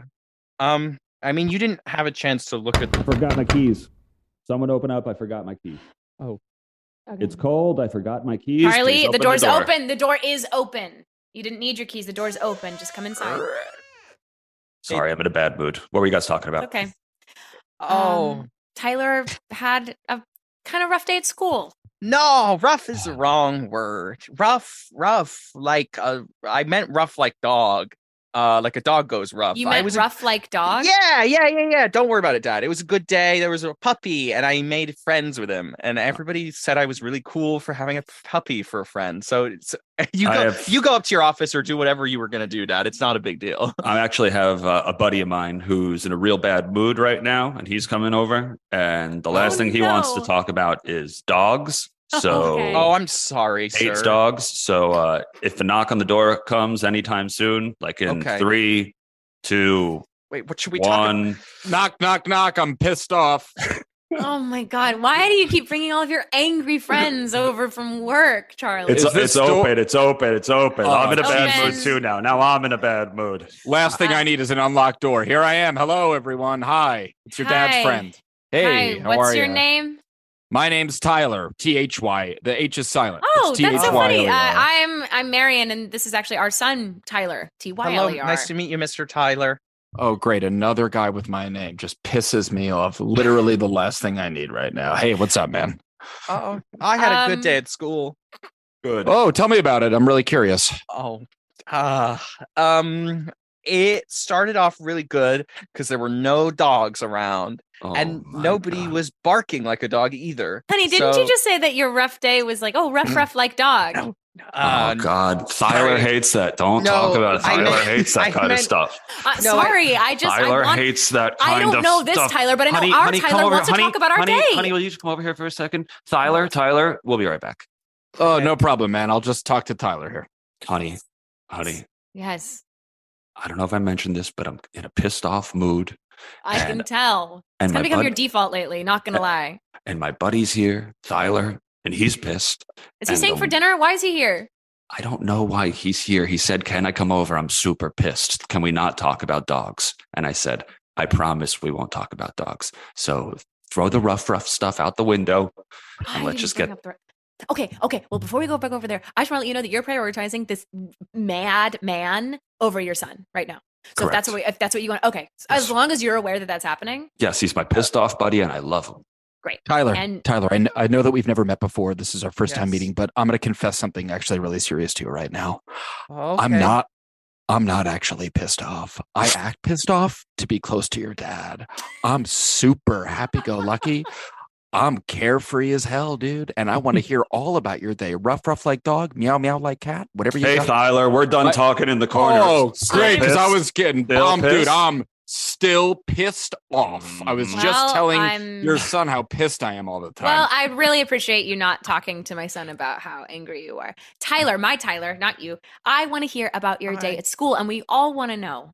Um. I mean, you didn't have a chance to look at the
forgot my keys. Someone open up. I forgot my keys.
Oh.
It's cold. I forgot my keys.
Charlie,
Please
the
open the
door's
door.
open. The door is open. You didn't need your keys. The door's open. Just come inside.
Sorry, I'm in a bad mood. What were you guys talking about?
Okay.
Oh.
Um, Tyler had a kind of rough day at school.
No, rough is the wrong word. Rough, rough, like uh, I meant rough like dog. uh, like a dog goes rough.
You
I
meant
was a-
rough like dog?
Yeah, yeah, yeah, yeah. Don't worry about it, Dad. It was a good day. There was a puppy, and I made friends with him,
Uh.
and everybody said I was really cool for having a puppy for a friend. So it's, you go,
I have-
you go up to your office or do whatever you were gonna do, Dad. It's not a big deal.
I actually have uh, a buddy of mine who's in a real bad mood right now, and he's coming over. And the last
Oh,
thing he wants to
no.
talk about is dogs. So
Okay.
Oh, I'm sorry,
hates
sir.
dogs. So uh, if a knock on the door comes anytime soon, like in
Okay.
three, two,
Wait, what should we talk?
one,
knock, knock, knock. I'm pissed off.
Oh my God. Why do you keep bringing all of your angry friends over from work, Charlie?
Is
it's,
this
it's
still-
open, it's open, it's open.
Oh,
I'm in a bad
open.
mood too now. Now I'm in a bad mood.
Last thing
Hi.
I need is an unlocked door. Here I am. Hello, everyone. Hi. It's your
Hi.
dad's friend. Hey,
Hi,
how
what's
are
your
ya?
name?
My name's Tyler. T H Y. The H is silent.
Oh,
It's
that's so funny. Uh,
T-H-Y-L-E-R.
I'm I'm Marion, and this is actually our son, Tyler. T Y
Hello,
L E R.
nice to meet you, Mr. Tyler.
Oh, great. Another guy with my name just pisses me off. Literally the last thing I need right now. Hey, what's up, man?
Oh, I had a
Um,
good day at school.
Good.
Oh, tell me about it. I'm really curious.
Oh, ah, um, it started off really good because there were no dogs around,
Oh
and nobody was barking like a dog either.
Honey, didn't you
So-
just say that your rough day was like, oh, rough, rough like dog?
No.
Oh
Uh,
God, Tyler
sorry.
hates that. Don't
No,
talk about it.
I
Tyler
meant-
hates that
I
kind
meant-
of stuff.
Uh,
I-
sorry, I just
Tyler
I want.
hates that kind
I
of
don't know this
stuff.
Tyler, but I know our Tyler wants to talk about our
honey,
day.
Honey, will you just come over here for a second? Tyler, Tyler, we'll be right back.
Oh, no problem, man. I'll just talk to Tyler here.
Honey, honey,
yes,
I don't know if I mentioned this, but I'm in a pissed off mood,
I can
And-
tell.
and
It's
my
gonna become
bud-
your default lately. Not gonna lie.
and my buddy's here, Tyler, and he's pissed.
Is he
and,
staying for
um,
dinner? Why is he here?
I don't know why he's here. He said, "Can I come over? I'm super pissed. Can we not talk about dogs?" And I said, "I promise we won't talk about dogs." So throw the rough, rough stuff out the window.
Why
let's
did you
just
bring
get-
up the- Okay, okay. Well, before we go back over there, I just want to let you know that you're prioritizing this mad man over your son right now. So if that's
Correct.
what if that's what you want, okay. So As
Yes.
long as you're aware that that's happening,
Yes, he's my pissed off buddy, and I love him.
Tyler,
And-
Tyler, I, kn- I know that we've never met before. This is our first time
Yes.
meeting, but I'm going to confess something actually really serious to you right now. I'm
okay.
not. I'm not actually pissed off. I act pissed off to be close to your dad. I'm super happy go lucky. I'm carefree as hell, dude. And I want to hear all about your day. Rough, rough like dog, meow, meow like cat, whatever you got.
Tyler, we're done
What?
talking in the
Oh, great. Because I
Pissed.
was getting
Still
bombed, dude.
pissed? Mm.
I'm still pissed off. I was
Well,
just telling
I'm-
your son how pissed I am all the time.
Well, I really appreciate you not talking to my son about how angry you are. Tyler, my Tyler, not you. I want to hear about your day
Hi.
at school, and we all want to know.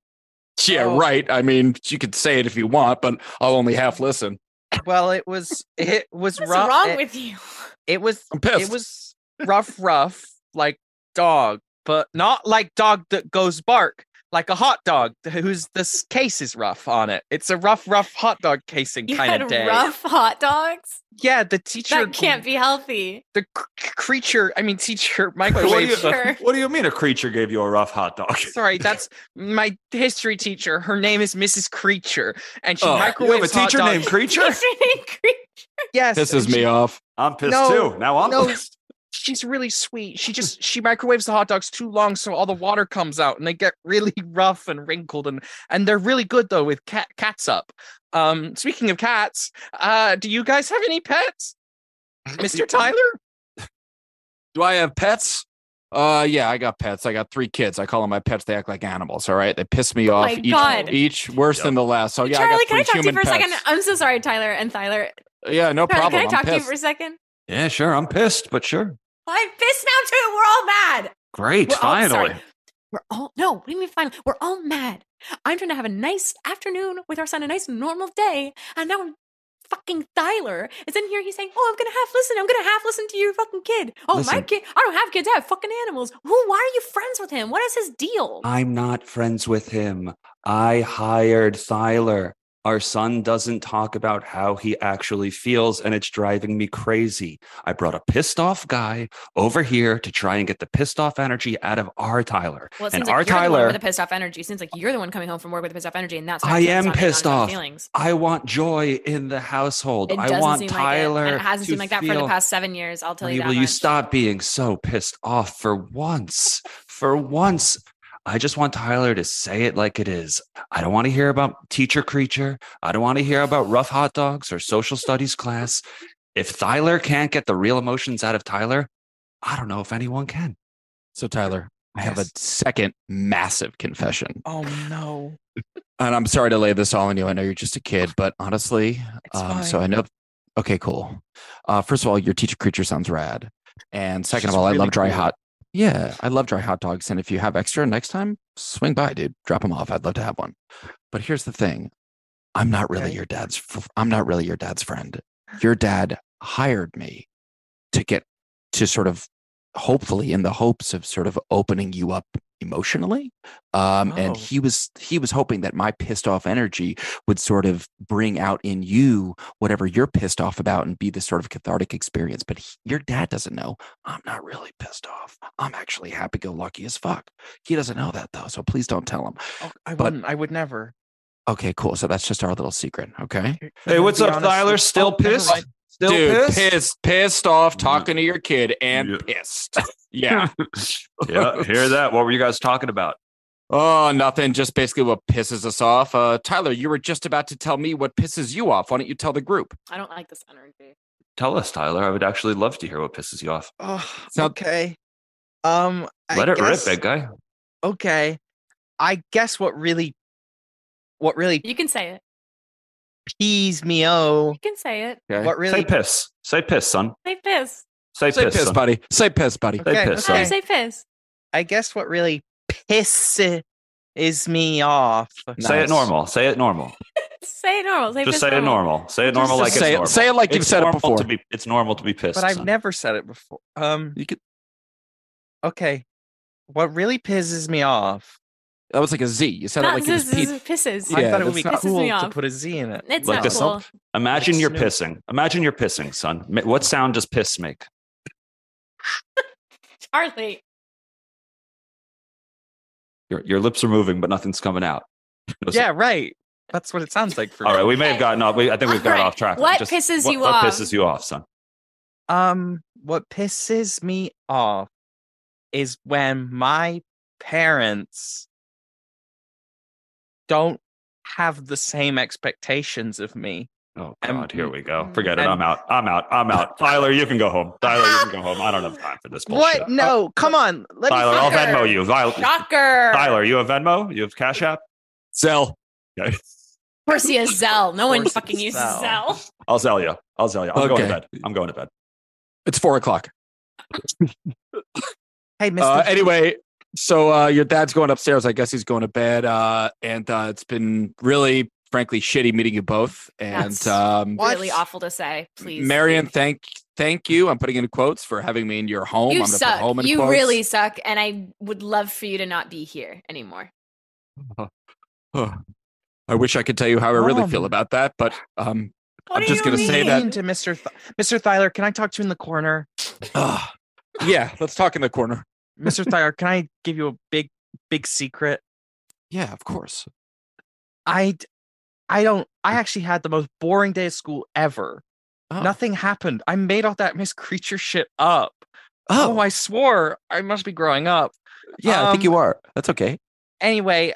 yeah,
Oh.
right. I mean, you could say it if you want, but I'll only half listen.
Well, it was it was
What's
rough. eh,
wrong
it,
with you?
it was
I'm pissed.
it was rough, rough like dog, but not like dog that goes bark. Like a hot dog whose this case is rough on it. It's a rough, rough hot dog casing
You
kind
had
of day.
rough hot dogs.
Yeah, the teacher
That can't be healthy.
the c- c- creature. I mean, teacher
Wait, what, do you,
microwave.
Sure.
what do you mean a creature gave you a rough hot dog?
Sorry, that's my history teacher. Her name is Mrs. Creature, and she
Oh, you have a
microwaves hot
teacher
dogs.
named Creature?
Yes,
Pisses
and she-
me off.
I'm pissed
No,
too. Now I'm
no.
pissed.
She's really sweet. She just she microwaves the hot dogs too long, so all the water comes out, and they get really rough and wrinkled, and and they're really good though with cat cats up. Um, speaking of cats, uh, do you guys have any pets, Mr. Tyler?
Do I have pets? Uh, yeah, I got pets. I got three kids. I call them my pets. They act like animals. All right, they piss me off.
Oh my
each,
God.
each worse than the last. So Oh, yeah, I
Charlie,
got
can I
three
talk to you
human
for a second?
pets.
I'm so sorry, Tyler and Tyler.
Yeah, no
Charlie,
problem.
can I talk
I'm
to you
pissed.
for a second?
Yeah, sure. I'm pissed, but sure.
I'm pissed now too. We're all mad.
Great,
We're all-
finally.
sorry. We're all no. What do you mean finally? We're all mad. I'm trying to have a nice afternoon with our son, a nice normal day, and now fucking Tyler is in here. He's saying, "Oh, I'm gonna half listen. I'm gonna half listen to your fucking kid. Oh, my
Listen.
kid. I don't have kids. I have fucking animals. Who? Why are you friends with him? What is his deal?
Uh,
I'm not friends with him. I hired Tyler. Our son doesn't talk about how he actually feels, and it's driving me crazy. I brought a pissed off guy over here to try and get the pissed off energy out of our Tyler.
well, it
and
seems
our
like you're the one
Tyler,
with the pissed off energy. It seems like you're the one coming home from work with the pissed off energy, and that's why
I
it's
am
not being honest
pissed
about
off.
Feelings.
I want joy in the household.
It
I
doesn't
want
seem
Tyler.
like it. And it hasn't
to
seemed like that for the
feel-
past seven years. I'll tell
Will
you
you,
that.
will you
much.
stop being so pissed off for once? For once, I just want Tyler to say it like it is. I don't want to hear about teacher creature. I don't want to hear about rough hot dogs or social studies class. If Tyler can't get the real emotions out of Tyler, I don't know if anyone can.
So, Tyler, I have a
Yes.
second massive confession.
Oh no.
And I'm sorry to lay this all on you. I know you're just a kid, but honestly,
It's
um, so I
fine.
know. Okay, cool. Uh, first of all, your teacher creature sounds rad. And second
She's
of all, I
really
love dry
cool.
hot. Yeah, I love dry hot dogs. And if you have extra next time, swing by, dude. Drop them off. I'd love to have one. But here's the thing: I'm not really
Okay.
your dad's. f- I'm not really your dad's friend. Your dad hired me to get to sort of, hopefully, in the hopes of sort of opening you up emotionally um, and
Oh.
he was he was hoping that my pissed off energy would sort of bring out in you whatever you're pissed off about and be this sort of cathartic experience but he- your dad doesn't know i'm not really pissed off i'm actually happy-go-lucky as fuck he doesn't know that though so please don't tell him
Oh, I
But-
wouldn't. I would never.
okay cool so that's just our little secret okay
You're-
Hey,
you're
what's
gonna
up,
be honest
Tyler?
with-
Still
Oh, never
pissed? Still
mind.
pissed pissed off
Yeah. talking
to your kid
and Yeah.
pissed yeah
yeah, hear that. What were you guys talking about?
Oh, nothing. Just basically what pisses us off. Uh, Tyler, you were just about to tell me what pisses you off. Why don't you tell the group?
I don't like this energy.
Tell us, Tyler. I would actually love to hear what pisses you off.
Oh,
Sound-
okay. Um, I
Let it
guess-
rip, big guy.
Okay. I guess what really, what really
You can say it.
pees me oh,
You can say it.
Okay.
what really
Say piss. Say piss, son.
Say piss.
Say,
Say
piss,
piss,
son.
buddy. Say piss, buddy.
Say piss,
Tyler,
son.
Okay.
say piss.
I guess what really pisses me off.
Say
Nice.
it normal. Say it normal.
Say it normal. Say
Just
piss
say it normal. Say it normal
Just
like
say
it's
it-
normal.
say it like you've
It's
said it
normal
before.
To be, it's normal to be pissed.
But I've
son.
never said it before. Um,
You could.
okay. What really pisses me off?
That was like a Z. You said
Not
it like it was
zzz,
Pete.
zzz, pisses.
I
Yeah,
thought it would
that's
be
not- Pisses
cool
me
to
off.
put a Z in it.
It's
Like
not
this
cool.
Imagine you're
Snoop.
pissing. Imagine you're pissing, son. Ma- What sound does piss make?
Charlie.
Your, your lips are moving, but nothing's coming out. No
Yeah, right. That's what it sounds like for
All
me.
right, we may have gotten off. We, I think we've
All
gotten
right.
off track.
What pisses
what-
you
what
off?
pisses you off, son?
Um, what pisses me off is when my parents don't have the same expectations of me.
Oh
Um,
God, here we go.
mm,
Forget it.
and-
I'm out. I'm out. I'm out. Tyler, you can go home. Tyler, you can go home. I don't have time for this bullshit.
What? No, come on. Let me
Tyler, I'll
think.
Venmo you. Tyler,
Shocker.
Tyler, you have Venmo? You have Cash App?
Zell.
Okay.
Of course he has Zell. No one
Of course
fucking
it's
uses
Zelle.
Zell.
I'll sell you. I'll sell you. I'm going to
Okay.
bed. I'm going to bed.
It's four o'clock.
Hey, Mr.
Uh, anyway, so uh, your dad's going upstairs. I guess he's going to bed. Uh, and uh, it's been really, frankly, shitty meeting you both. And
That's-
um,
What?
Really awful to say. Please.
Marion, thank thank you. I'm putting in quotes for having me in your home.
you
I'm gonna put
suck.
home in
you
quotes.
really suck, and I would love for you to not be here anymore.
I wish I could tell you how I
Oh
really feel
Mom.
about that, but um,
What
I'm
do
just
you
gonna say that-
mean to Mr. Th- Mr. Thyler, can I talk to you in the corner?
ugh. ah, yeah, let's talk in the corner.
Mr. Thyler, can I give you a big, big secret?
Yeah, of course.
I, d- I don't. I actually had the most boring day of school ever.
Mm. Oh.
Nothing happened. I made all that Miss Creature shit up.
Oh,
oh, I swore I must be growing up.
yeah, I think
um,
you are. That's okay.
Anyway,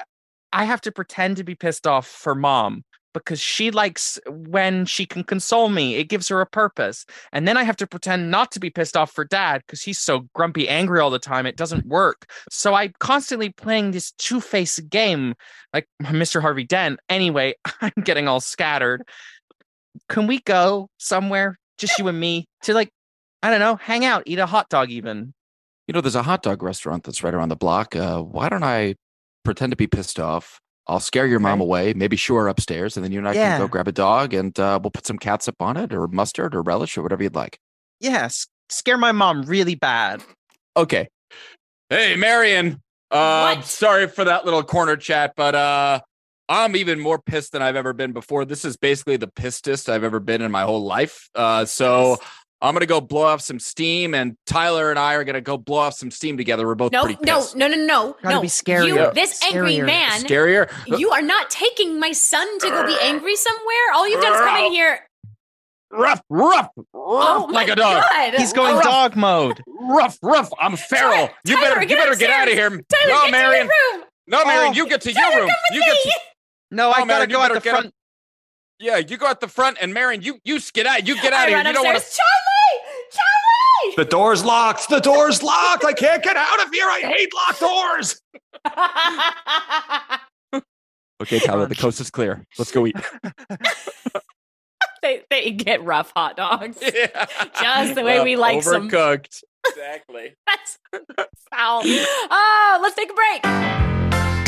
I have to pretend to be pissed off for mom because she likes when she can console me. It gives her a purpose. And then I have to pretend not to be pissed off for dad because he's so grumpy, angry all the time. It doesn't work. So I'm constantly playing this two faced game like Mr. Harvey Dent. Anyway, I'm getting all scattered. Can we go somewhere, just you and me, to like, I don't know, hang out, eat a hot dog even?
You know, there's a hot dog restaurant that's right around the block. Uh, why don't I pretend to be pissed off? I'll scare your mom
Okay.
away, maybe show her upstairs, and then you and I can go
Yeah.
grab a dog and uh, we'll put some catsup on it or mustard or relish or whatever you'd like.
Yes, scare my mom really bad.
Okay. Hey, Marion. Uh,
What?
sorry for that little corner chat, but uh, I'm even more pissed than I've ever been before. This is basically the pissedest I've ever been in my whole life. Uh, so I'm gonna go blow off some steam, and Tyler and I are gonna go blow off some steam together. We're both
No,
pretty
no,
pissed.
no, no, no,
Gotta
no.
be scarier.
Yeah.
You, this angry
Scarier.
man,
Scarier.
you are not taking my son to go be angry somewhere. All you've done is come in here.
rough, rough, rough
Oh my
like a dog.
God.
He's going
Oh,
dog mode.
Rough, rough. I'm feral.
Tyler,
you
Tyler,
better, you
get
better get out of here.
upstairs. Tyler,
no,
get to your
Marion.
room.
No, Marion.
Oh.
You get to your room. You get. To,
No, I
Oh, man,
gotta
you
go out
better
the
get up-
front.
yeah, you go at the front, and Marion, you you skid out. You get out
I
of here.
run
You don't want to.
upstairs. Charlie! Charlie!
The door's locked. The door's locked. I can't get out of here. I hate locked doors.
Okay, Tyler. The coast is clear. Let's go eat.
they, they get rough hot dogs.
yeah.
Just the way we like some-
Overcooked. Exactly.
That's foul. Oh, let's take a break.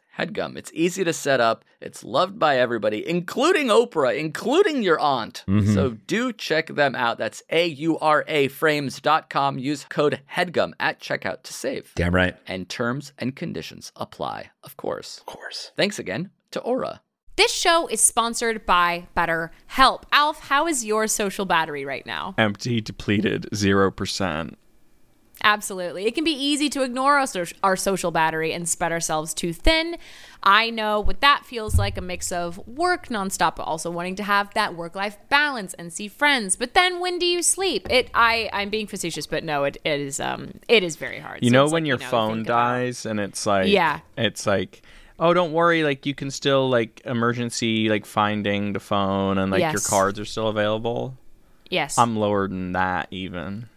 HEADGUM. It's easy to set up, it's loved by everybody, including Oprah, including your aunt.
Mhm.
So do check them out. That's A U R A frames.com. Use code HEADGUM at checkout to save.
Damn right.
And terms and conditions apply, of course.
Of course.
Thanks again to Aura.
This show is sponsored by BetterHelp. Alf, how is your social battery right now?
Empty, depleted, zero percent.
Absolutely. It can be easy to ignore our, soc- our social battery and spread ourselves too thin. I know what that feels like a mix of work nonstop, but also wanting to have that work life balance and see friends. But then when do you sleep? It I, I'm being facetious, but no, it, it is um it is very hard.
You
So
know
it's
when
like,
your
you know,
phone
think about-
dies and it's like
Yeah.
it's like oh don't worry like you can still like emergency like finding the phone and like your
Yes.
cards are still available.
Yes.
I'm lower than that even.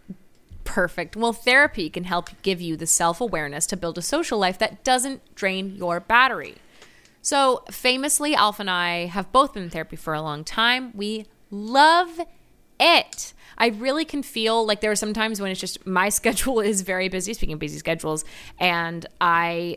Perfect. Well, therapy can help give you the self awareness to build a social life that doesn't drain your battery. So, famously, Alf and I have both been in therapy for a long time. We love it. I really can feel like there are some times when it's just my schedule is very busy, speaking of busy schedules, and I.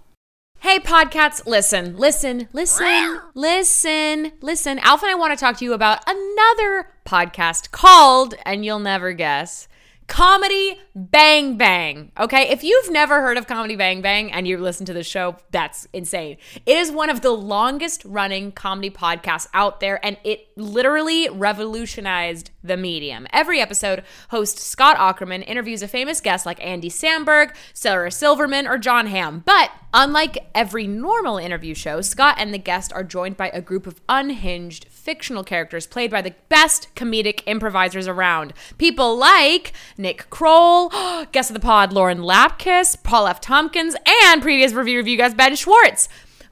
Hey, podcasts, listen, listen, listen, listen, listen. Alf and I want to talk to you about another podcast called, and you'll never guess, Comedy Bang Bang. Okay. If you've never heard of Comedy Bang Bang and you listen to the show, that's insane. It is one of the longest running comedy podcasts out there, and it literally revolutionized the medium. Every episode, host Scott Ackerman interviews a famous guest like Andy Samberg, Sarah Silverman, or John Hamm. But unlike every normal interview show, Scott and the guest are joined by a group of unhinged fictional characters played by the best comedic improvisers around. People like Nick Kroll, guest of the pod Lauren Lapkus, Paul F. Tompkins, and previous review review guest Ben Schwartz.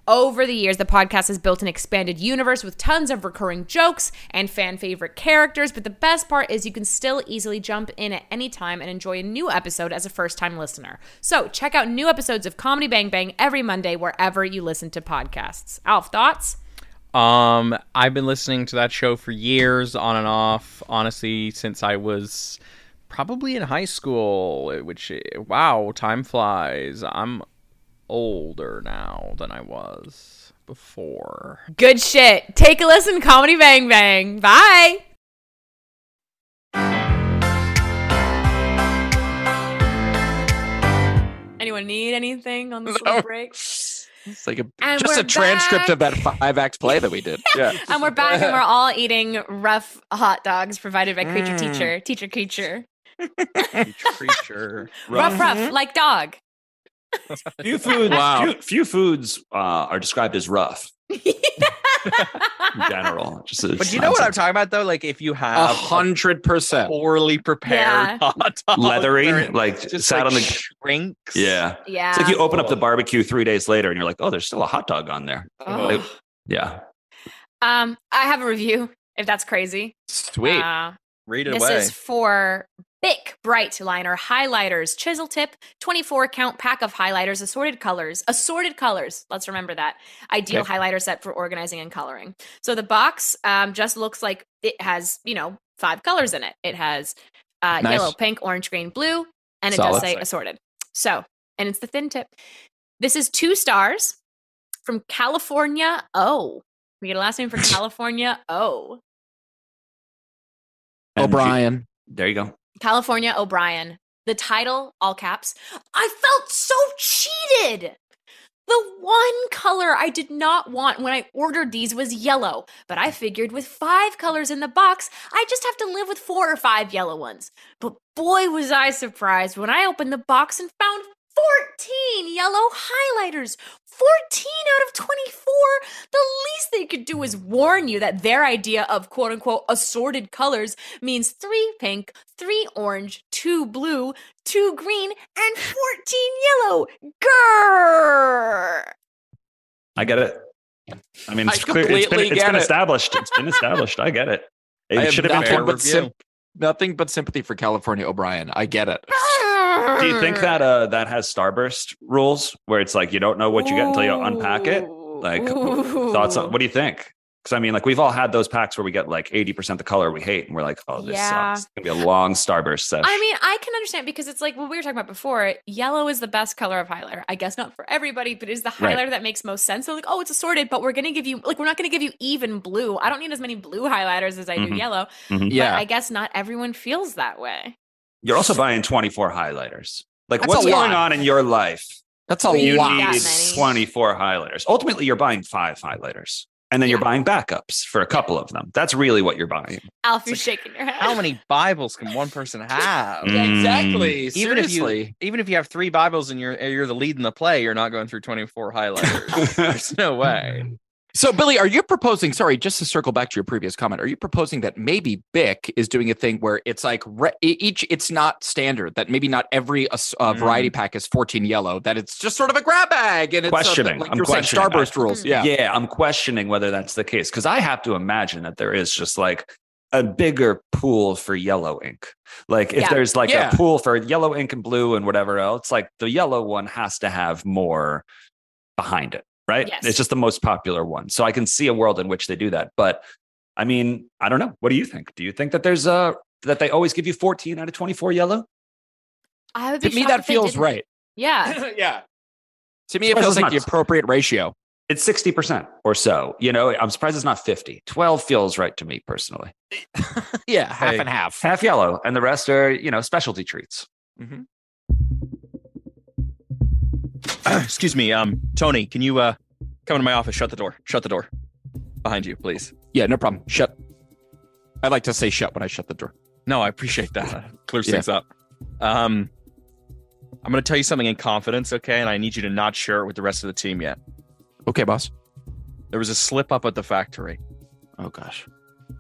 Over the years, the podcast has built an expanded universe with tons of recurring jokes and fan favorite characters. But the best part is you can still easily jump in at any time and enjoy a new episode as a first time listener. So check out new episodes of Comedy Bang Bang every Monday wherever you listen to podcasts. Alf, thoughts?
Um, I've been listening to that show for years, on and off. Honestly, since I was probably in high school, which wow, time flies. I'm older now than I was before.
Good shit. Take a listen, Comedy Bang Bang. Bye. Anyone need anything on this little break?
It's like a,
And
just
we're
a transcript of
back.
that five act play that we did.
Yeah.
And we're back and we're all eating rough hot dogs provided by Creature
Mm.
Teacher. Teacher Creature.
Creature.
Rough, rough,
Mm-hmm.
like dog.
Few foods,
Wow.
few, few foods uh, are described as rough in general. Just as
But you know what I'm
concept.
talking about though? Like if you
A
have
hundred
a
percent.
poorly prepared
Yeah.
hot dog, where
Leathery,
it
like
just
sat
like,
on the.
shrinks.
yeah.
Yeah.
It's like you open up the barbecue three days later and you're like, oh, there's still a hot dog on there.
Oh.
Ugh.
Yeah.
um, I have a review, if that's crazy.
Sweet.
Uh,
Read it
this
away.
is for Bic Bright Liner Highlighters Chisel Tip 24 count pack of highlighters, assorted colors, assorted colors. Let's remember that. Ideal
Okay.
highlighter set for organizing and coloring. So the box um, just looks like it has, you know, five colors in it. It has uh,
Nice.
yellow, pink, orange, green, blue, and it does
Solid.
say assorted. So, and it's the thin tip. This is two stars from California. Oh, we get a last name from California. Oh.
And
O'Brien.
she- there you go.
California O'Brien. The title, all caps. I felt so cheated. The one color I did not want when I ordered these was yellow, but I figured with five colors in the box, I just have to live with four or five yellow ones. But boy, was I surprised when I opened the box and found 14 yellow highlighters. 14 out of 24. The least they could do is warn you that their idea of quote unquote assorted colors means three pink, three orange, two blue, two green, and 14 yellow. Grrr.
I get it. I mean,
I
it's, clear, it's been,
completely
it's
get
been
it.
established. It's been established. I get it.
I
It
have
should have been.
nothing
fair
Cam-
but,
review.
sym- nothing but sympathy for California O'Brien. I get it.
Do you think that uh, that has starburst rules where it's like you don't know what you get until you unpack it? Like w- thoughts on what do you think? Because I mean, like we've all had those packs where we get like eighty percent the color we hate, and we're like, oh, this
Yeah.
sucks. It's gonna be a long starburst session.
I mean, I can understand because it's like what we were talking about before. Yellow is the best color of highlighter. I guess not for everybody, but it is the highlighter
Right.
that makes most sense. So like, oh, it's assorted, but we're gonna give you like we're not gonna give you even blue. I don't need as many blue highlighters as I do
Mhm.
yellow. But
Yeah.
I guess not everyone feels that way.
You're also buying twenty four highlighters. Like,
That's
what's
a lot.
going on in your life?
That's a
We
you
lot.
need
many.
twenty four highlighters. Ultimately, you're buying five highlighters, and then you're
Yeah.
buying backups for a couple of them. That's really what you're buying.
Alf, you're shaking your head.
How many Bibles can one person have?
Yeah,
exactly.
exactly.
Even if you-
Seriously.
Even if you have three Bibles and you're and you're the lead in the play, you're not going through 24 highlighters. There's no way.
So, Billy, are you proposing? Sorry, just to circle back to your previous comment, are you proposing that maybe Bic is doing a thing where it's like re- e- each, it's not standard, that maybe not every uh, s- uh, variety pack is 14 yellow, that it's just sort of a grab bag and it's uh,
Questioning.
like
I'm
you're saying,
questioning that.
Starburst rules. Yeah.
yeah. I'm questioning whether that's the case because I have to imagine that there is just like a bigger pool for yellow ink. Like if
Yeah.
there's like
Yeah.
a pool for yellow ink and blue and whatever else, like the yellow one has to have more behind it, right?
Yes.
It's just the most popular one. So I can see a world in which they do that. But I mean, I don't know. What do you think? Do you think that there's a that they always give you 14 out of 24 yellow?
I would be
To me,
shocked
that
if they
feels
didn't.
right.
Yeah.
yeah. To me, it
Surprise
feels
is
like the
nuts.
appropriate ratio.
It's 60% or so. You know, I'm surprised it's not 50. 12 feels right to me personally.
yeah, half
Hey.
and half.
Half yellow, and the rest are, you know, specialty treats. Mm-hmm.
Excuse me, um, Tony, can you uh come into my office? Shut the door. Shut the door. Behind you, please.
Yeah, no problem. Shut. I like to say shut when I shut the door.
No, I appreciate that. Clears
Yeah.
things up. Um, I'm gonna tell you something in confidence, okay? And I need you to not share it with the rest of the team yet.
Okay, boss.
There was a slip up at the factory.
Oh gosh.
The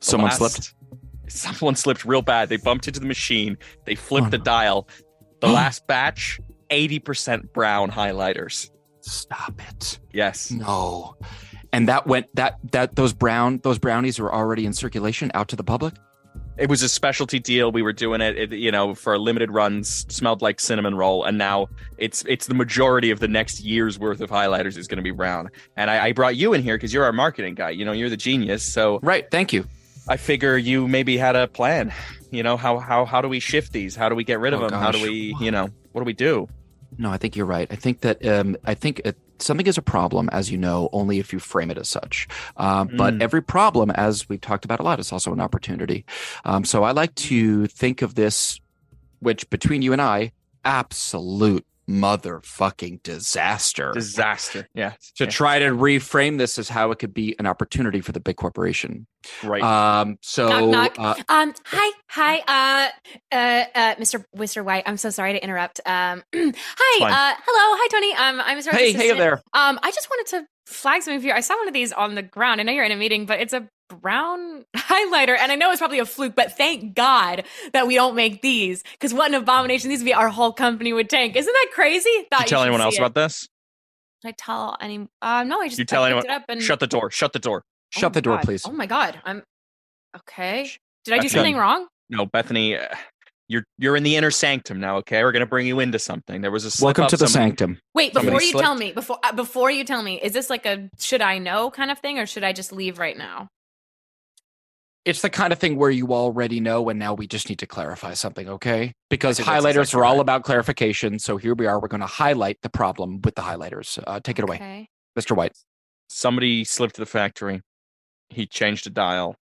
Someone
last-
slipped.
Someone slipped real bad. They bumped into the machine. They flipped
Oh,
the
no.
dial. The last batch, 80% brown highlighters.
Stop it.
Yes.
No. And that went that that those brown those brownies were already in circulation out to the public.
It was a specialty deal. We were doing it, it, you know, for limited runs. Smelled like cinnamon roll, and now it's it's the majority of the next year's worth of highlighters is going to be brown. And I, I brought you in here because you're our marketing guy. You know, you're the genius. So
Right. Thank you.
I figure you maybe had a plan. You know, how how how do we shift these? How do we get rid of
Oh,
them? How do
gosh.
we, you know, what do we do?
No, I think you're right. I think that um, I think it, something is a problem, as you know, only if you frame it as such. Um, But
Mm.
every problem, as we've talked about a lot, is also an opportunity. Um, so I like to think of this, which between you and I, absolute motherfucking disaster.
Disaster. Yeah.
to try to reframe this as how it could be an opportunity for the big corporation.
Right.
Um, so
knock.
uh,
Um, hi, hi, uh, uh, uh, Mr. Mr. White. I'm so sorry to interrupt. Um, hi,
fine.
uh, hello, hi, Tony. Um, I'm Mr.
hey, hey there.
Um, I just wanted to flag something for you. I saw one of these on the ground. I know you're in a meeting, but it's a brown highlighter, and I know it's probably a fluke. But thank God that we don't make these, because what an abomination! These would be our whole company would tank. Isn't that crazy? Thought
Did you tell
should
anyone
see
else
it.
about this?
Did I tell any? Uh, no, I just
You tell
I
anyone-
picked it up and
Shut the door. Shut the door.
Oh
Shut
my
the door,
God.
please.
Oh my God, I'm okay. Did I do
That's
something
done.
wrong?
No, Bethany, uh, you're you're in the inner sanctum now. Okay, we're gonna bring you into something. There was a slip
Welcome
up
to the
somebody-
sanctum.
Wait,
Somebody
before you tell me, before uh, before you tell me, is this like a should I know kind of thing, or should I just leave right now?
It's the kind of thing where you already know, and now we just need to clarify something, okay? Because
I think that's
highlighters
exactly
are all
right.
about clarification. So here we are. We're going to highlight the problem with the highlighters. Uh, take it away,
Okay.
Mr. White.
Somebody slipped to the factory. He changed a dial.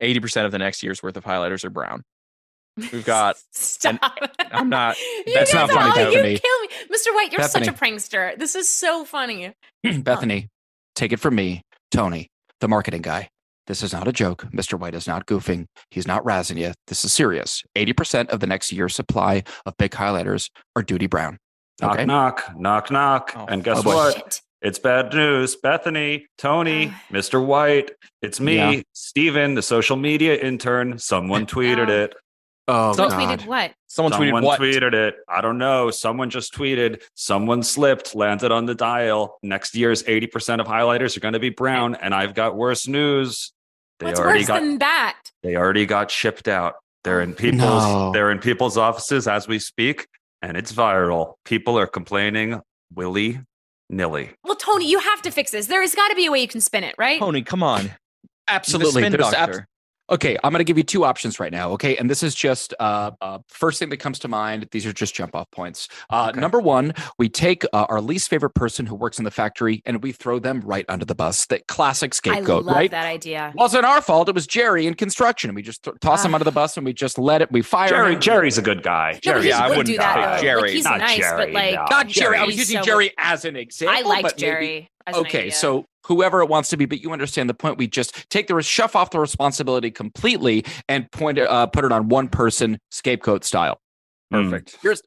Eighty percent of the next year's worth of highlighters are brown. We've got-
Stop.
I'm not-
You
that's
guys
not
are
funny,
all- You
Bethany.
kill me, Mr. White. You're such a
Bethany.
prankster. This is so funny.
Bethany, take it from me, Tony, the marketing guy. This is not a joke. Mr. White is not goofing. He's not razzing you. This is serious. 80% of the next year's supply of big highlighters are duty brown.
Knock,
Okay.
knock, knock, knock.
Oh,
and guess
boy.
what?
Shit.
It's bad news. Bethany, Tony,
Uh.
Mr. White, it's me,
Yeah.
Steven, the social media intern. Someone tweeted
Oh.
it.
Oh,
You
So-
God.
tweeted what?
Someone,
Someone
tweeted what?
tweeted it. I don't know. Someone just tweeted. Someone slipped, landed on the dial. Next year's 80% of highlighters are going to be brown. And I've got worse news. They
What's
already
worse
got
than that?
they already got shipped out. They're in people's
No.
they're in people's offices as we speak, and it's viral. People are complaining willy nilly.
Well, Tony, you have to fix this. There has got to be a way you can spin it, right?
Tony, come on. You're the
Absolutely.
spin
There's ab-
doctor.
Okay, I'm going to give you two options right now. Okay, and this is just uh, uh, first thing that comes to mind. These are just jump off points. Uh,
Okay.
Number one, we take uh, our least favorite person who works in the factory and we throw them right under the bus. That classic
I
scapegoat,
love
right?
that idea.
Wasn't our fault. It was Jerry in construction. We just th- toss him
Ah.
under the bus and we just let it. We fire
Jerry,
him.
Jerry's a good guy.
No, but
Jerry,
he
yeah, I
would
wouldn't
do that.
pick
though. Like,
Jerry.
he's
Not
nice, but
Jerry,
like
no.
Not Jerry. I was
He's
using
so-
Jerry as an example.
I liked
but maybe-
Jerry. As an
okay
idea.
so whoever it wants to be but you understand the point we just take the re- shove off the responsibility completely and point it, uh, put it on one person scapegoat style Hmm. Mm.
Perfect.
here's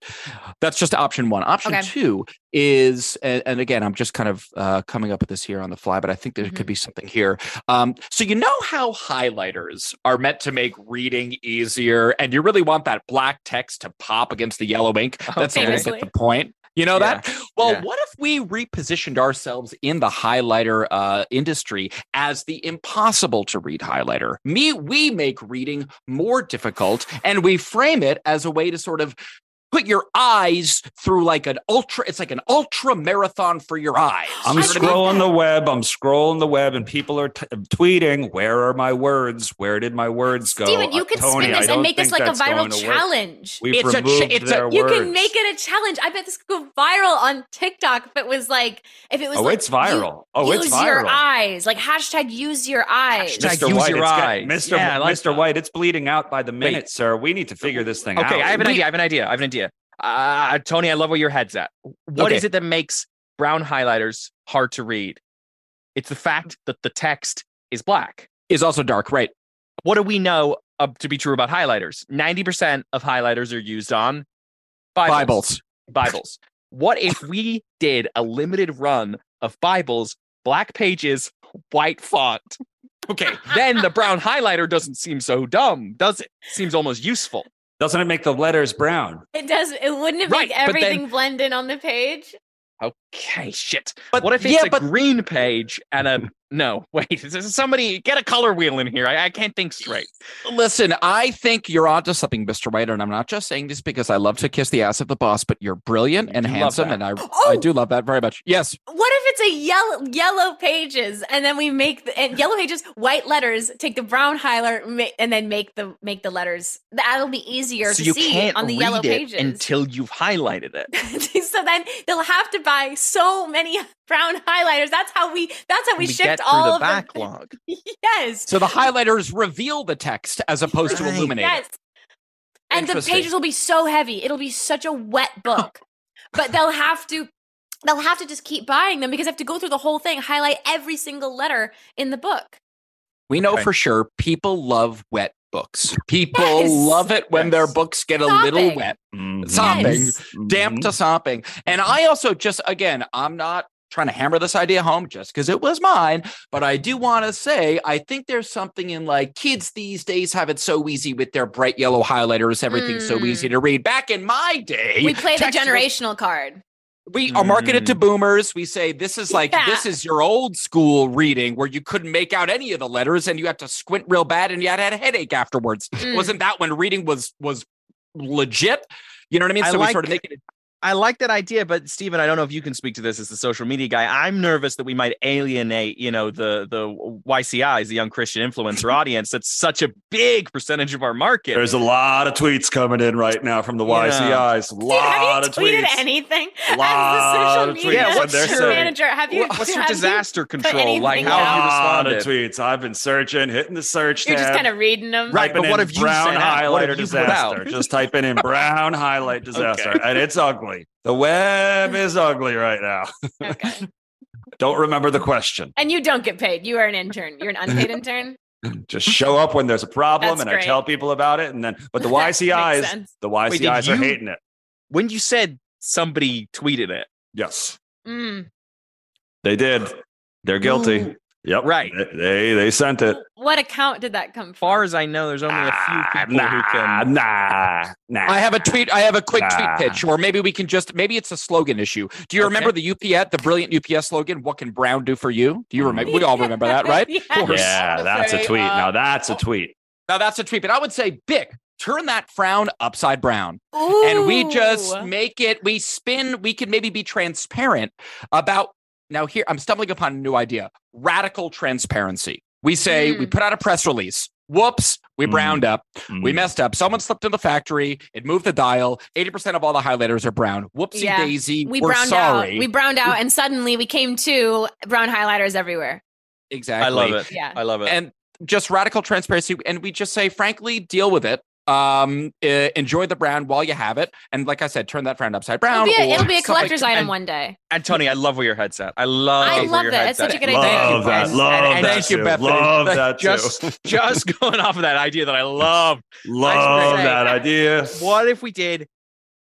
that's just option one option
Okay.
two is and, and again i'm just kind of uh, coming up with this here on the fly but i think there
Mm-hmm.
could be something here um, so you know how highlighters are meant to make reading easier and you really want that black text to pop against the yellow ink that's a little
Famously.
bit the point you know that well,
Yeah.
what if we repositioned ourselves in the highlighter uh, industry as the impossible to read highlighter? Me, we make reading more difficult, and we frame it as a way to sort of put your eyes through like an ultra. It's like an ultra marathon for your eyes.
I'm
You know what I mean?
scrolling the web. I'm scrolling the web, and people are t- tweeting, "Where are my words? Where did my words go?"
Steven, you
Uh,
could
Tony,
spin
I
this and
don't
make this
think
like a
that's going
viral
to work.
challenge.
We've
It's a ch-
removed
it's a-
their
You
words.
can make it a challenge. I bet this could go viral on TikTok if it was like if it was
Oh,
like,
it's viral.
you-
Oh,
use
it's
your
viral.
eyes. Like hashtag use your eyes.
Hashtag
Mr.
use
White,
your
it's got-
eyes.
Mr.
Yeah, I like
Mr. White, it's bleeding out by the minute, sir. We need to figure this thing out.
Okay, I have an
We-
idea. I have an idea. I have an idea. Uh, Tony, I love where your head's at. What is
Okay.
it that makes brown highlighters hard to read? It's the fact that the text is black.
Is also dark, right?
What do we know uh, to be true about highlighters? 90% of highlighters are used on Bibles.
Bibles.
Bibles. What if we did a limited run of Bibles, black pages, white font? Okay, then the brown highlighter doesn't seem so dumb, does it? Seems almost useful.
Doesn't it make the letters brown?
It does. It wouldn't have
Right,
make
but then-
everything blend in on the page.
Okay, shit.
But-
what if it's
yeah,
a
but-
green page and a no? Wait, is there somebody get a color wheel in here. I, I can't think straight.
Listen, I think you're onto something, Mr. White, and I'm not just saying this because I love to kiss the ass of the boss, but you're brilliant
You
and
do love
handsome,
that.
and I I
Oh!
do love that very much. Yes,
What if it's a yellow yellow pages and then we make the and yellow pages white letters. Take the brown highlighter ma- and then make the make the letters. That'll be easier
so
to
you
see
can't
on the
read
yellow
it
pages
until you've highlighted it.
so then they'll have to buy so many brown highlighters. That's how we. That's how we,
We
shift
get through
all
the
of
backlog.
The, yes.
so the highlighters reveal the text as opposed to
Right.
illuminate. it.
Yes. And the
Interesting.
pages will be so heavy. It'll be such a wet book. but they'll have to they'll have to just keep buying them because they have to go through the whole thing, highlight every single letter in the book.
We know
Okay.
for sure people love wet books. People
Yes.
love it when their
Yes. Mm-hmm.
books get a little
Sopping.
wet,
Mhm.
sopping,
Yes.
Mm-hmm.
damp to sopping. And I also just, again, I'm not trying to hammer this idea home just because it was mine, but I do want to say I think there's something in like kids these days have it so easy with their bright yellow highlighters. Everything's so
Mm.
easy to read. Back in my day,
We play the
text was-
generational card.
we are marketed
Mm.
to boomers. We say this is like
Yeah.
this is your old school reading where you couldn't make out any of the letters and you had to squint real bad and you had, had a headache afterwards.
Mm.
Wasn't that when reading was was legit? You know what I mean?
I
so we
like-
sort of make it.
I like that idea, but Steven, I don't know if you can speak to this as the social media guy. I'm nervous that we might alienate, you know, the the YCIs, the young Christian influencer audience. That's such a big percentage of our market.
There's a lot of tweets coming in right now from the
Yeah.
YCIs. A
Dude, have
lot
you
of
tweeted
tweets.
anything? As
Lot
the social
of tweets.
media
Yeah, what's your-
manager, have you?
What's your
have you-
disaster control?
anything
Like
A
how
out?
have
lot
you
of
responded?
tweets. I've been searching, hitting the search
You're just
tab.
kind of reading them.
Right,
Typing
but what
in
have you
brown
sent out?
highlighter
What have you put
disaster?
out?
Just typing in brown highlight disaster, and it's ugly. The web is ugly right now.
Okay.
Don't remember the question.
And you don't get paid. You are an intern. You're an unpaid intern.
Just show up when there's a problem,
That's
and I
great.
tell people about it. And then, but the
That makes
YCIs,
sense.
the
did
YCIs are
you-
hating it.
When you said somebody tweeted it,
Yes,
Mm.
they did. They're guilty. Yep.
Right.
They- They they sent it.
What account did that come from?
far as I know, there's only a few
Ah,
people
nah,
who can.
nah, nah.
I have a tweet. I have a quick
Nah.
tweet pitch, or maybe we can just maybe it's a slogan issue. Do you
Okay.
remember the UPS, the brilliant UPS slogan? What can Brown do for you? Do you remember? We all remember that, right?
Yes.
Yeah, that's a
Say,
tweet.
uh,
Now that's a tweet.
Now that's a tweet, but I would say, Bick, turn that frown upside brown.
Ooh.
and we just make it we spin we can maybe be transparent about now here i'm stumbling upon a new idea radical transparency we say we put out a press release whoops we
Mm.
browned up we
Mm.
messed up someone slipped in the factory it moved the dial 80% of all the highlighters are brown whoopsie
Yeah.
daisy
we
we are
browned
sorry
out. We browned out, and suddenly we came to brown highlighters everywhere.
exactly
I love it.
Yeah.
I love it.
and just radical transparency and we just say frankly deal with it um eh, enjoy the brown while you have it and like i said turn that frown upside
It'll
brown
be a,
or
it'll be a
something-
collector's item
and-
one day.
and Tony, I love where your head's at. I love.
I
where
love
your
that.
head's
It's such
at.
a good idea.
Thank
Love
you,
that.
guys.
Love
And- and
that.
thank you,
too.
Bethany.
Love that too.
Just, just going off of that idea that I love.
Love
say-
that idea.
What if we did?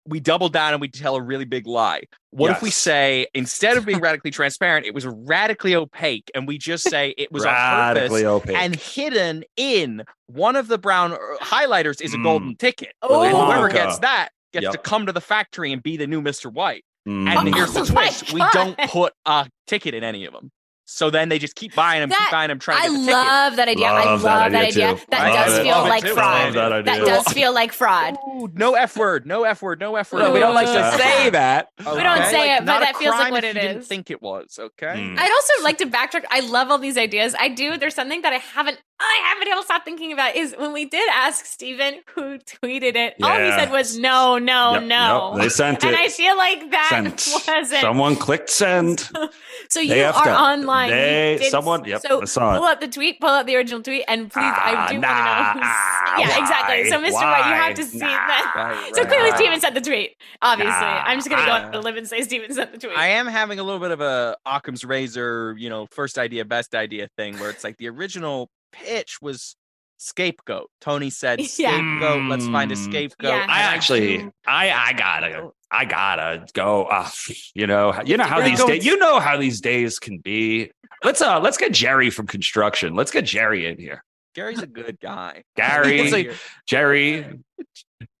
We double down and we tell a really big lie. What if we
Yes.
say instead of being radically transparent, it was radically opaque, and we just say it was
radically
on
opaque.
purpose and hidden in one of the brown er, highlighters is a
Mm.
golden ticket.
Oh.
and whoever
Wonka.
gets that gets
Yep.
to come to the factory and be the new Mr. White.
Mm.
And
Oh
here's the
my
twist: we
God.
don't put a ticket in any of them. So then they just keep buying them,
That-
keep buying them, trying
I
to get the ticket.
love that idea. I love
Love
that idea.
too.
That
Love
does
it.
feel
Love it
like
too.
fraud.
Love that idea.
does feel like fraud.
Ooh, no F word, no F word, no F word.
No, we don't like
to
say that.
We don't say it, but
not a
that feels like
crime
what
if
it
you Didn't
is.
think it was okay.
Mm.
I'd also like to backtrack. I love all these ideas. I do. There's something that I haven't I haven't been able to stop thinking about is when we did ask Steven who tweeted it, all he
Yeah.
said was no, no,
Yep,
oh, no.
yep, They sent
and I
it.
feel like that
Sent.
wasn't
Someone clicked send.
so
They
you
effed
are
up.
online. You
They-
did-
someone- yep,
so
I saw it.
pull up the tweet, pull up the original tweet, and please,
Ah,
I do
nah,
want to know. Who's,
ah,
yeah, exactly. So,
why,
Mr. White, you
why,
have to see
nah.
that.
Right,
So
right,
clearly,
right.
Steven sent the tweet. Obviously,
Nah,
I'm just gonna go
I-
on the limb and say Steven sent the tweet.
I am having a little bit of a Occam's razor, you know, first idea, best idea thing where it's like the original pitch was scapegoat. Tony said
Yeah.
scapegoat, let's find a
Mm.
scapegoat.
Yeah.
And
I actually, I, I gotta, I gotta go. Uh, you know, you know how
We're
these
going-
days, you know how these days can be. Let's uh, let's get Jerry from construction. Let's get Jerry in here.
Gary's a good guy.
Gary.
It's like,
Jerry,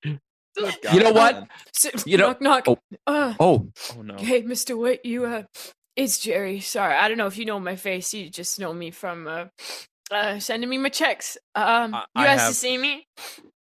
good
You
guy,
know what?
man.
So,
You know-
knock knock.
oh.
Uh,
Oh,
Oh no.
Hey, Mister White, you uh, it's Jerry. Sorry, I don't know if you know my face. You just know me from uh, uh sending me my checks. Um,
I-
you
I
asked
have-
to see me.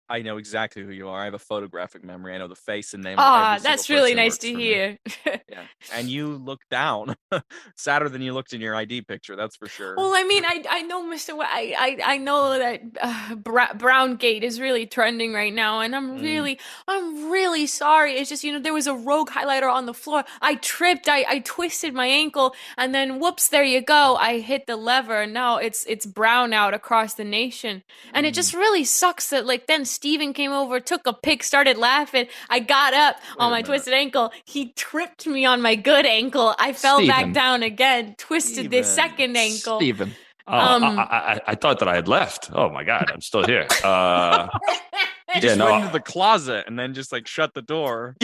I know exactly who you are. I have a photographic memory. I know the face and name. of every
Ah,
single
that's really
person who
nice
works
to
for me.
hear.
Yeah. And you look down, sadder than you looked in your ID picture. That's for sure.
Well, I mean, I I know Mister White. I I, I know that uh, Bra- Brown Gate is really trending right now, and I'm
Mm.
really I'm really sorry. It's just you know there was a rogue highlighter on the floor. I tripped. I I twisted my ankle, and then whoops, there you go. I hit the lever, and now it's it's brown out across the nation. And
Mm.
it just really sucks that like then Steven came over, took a pic, started laughing. I got up
a
on my
minute.
twisted ankle. He tripped me on my good ankle. I fell
Steven.
back down again, twisted the
Steven.
second ankle.
Steven.
Oh,
Um,
I, I, I- I thought that I had left. Oh my god, I'm still here. Uh,
you
yeah,
just
no,
went into the closet and then just like shut the door.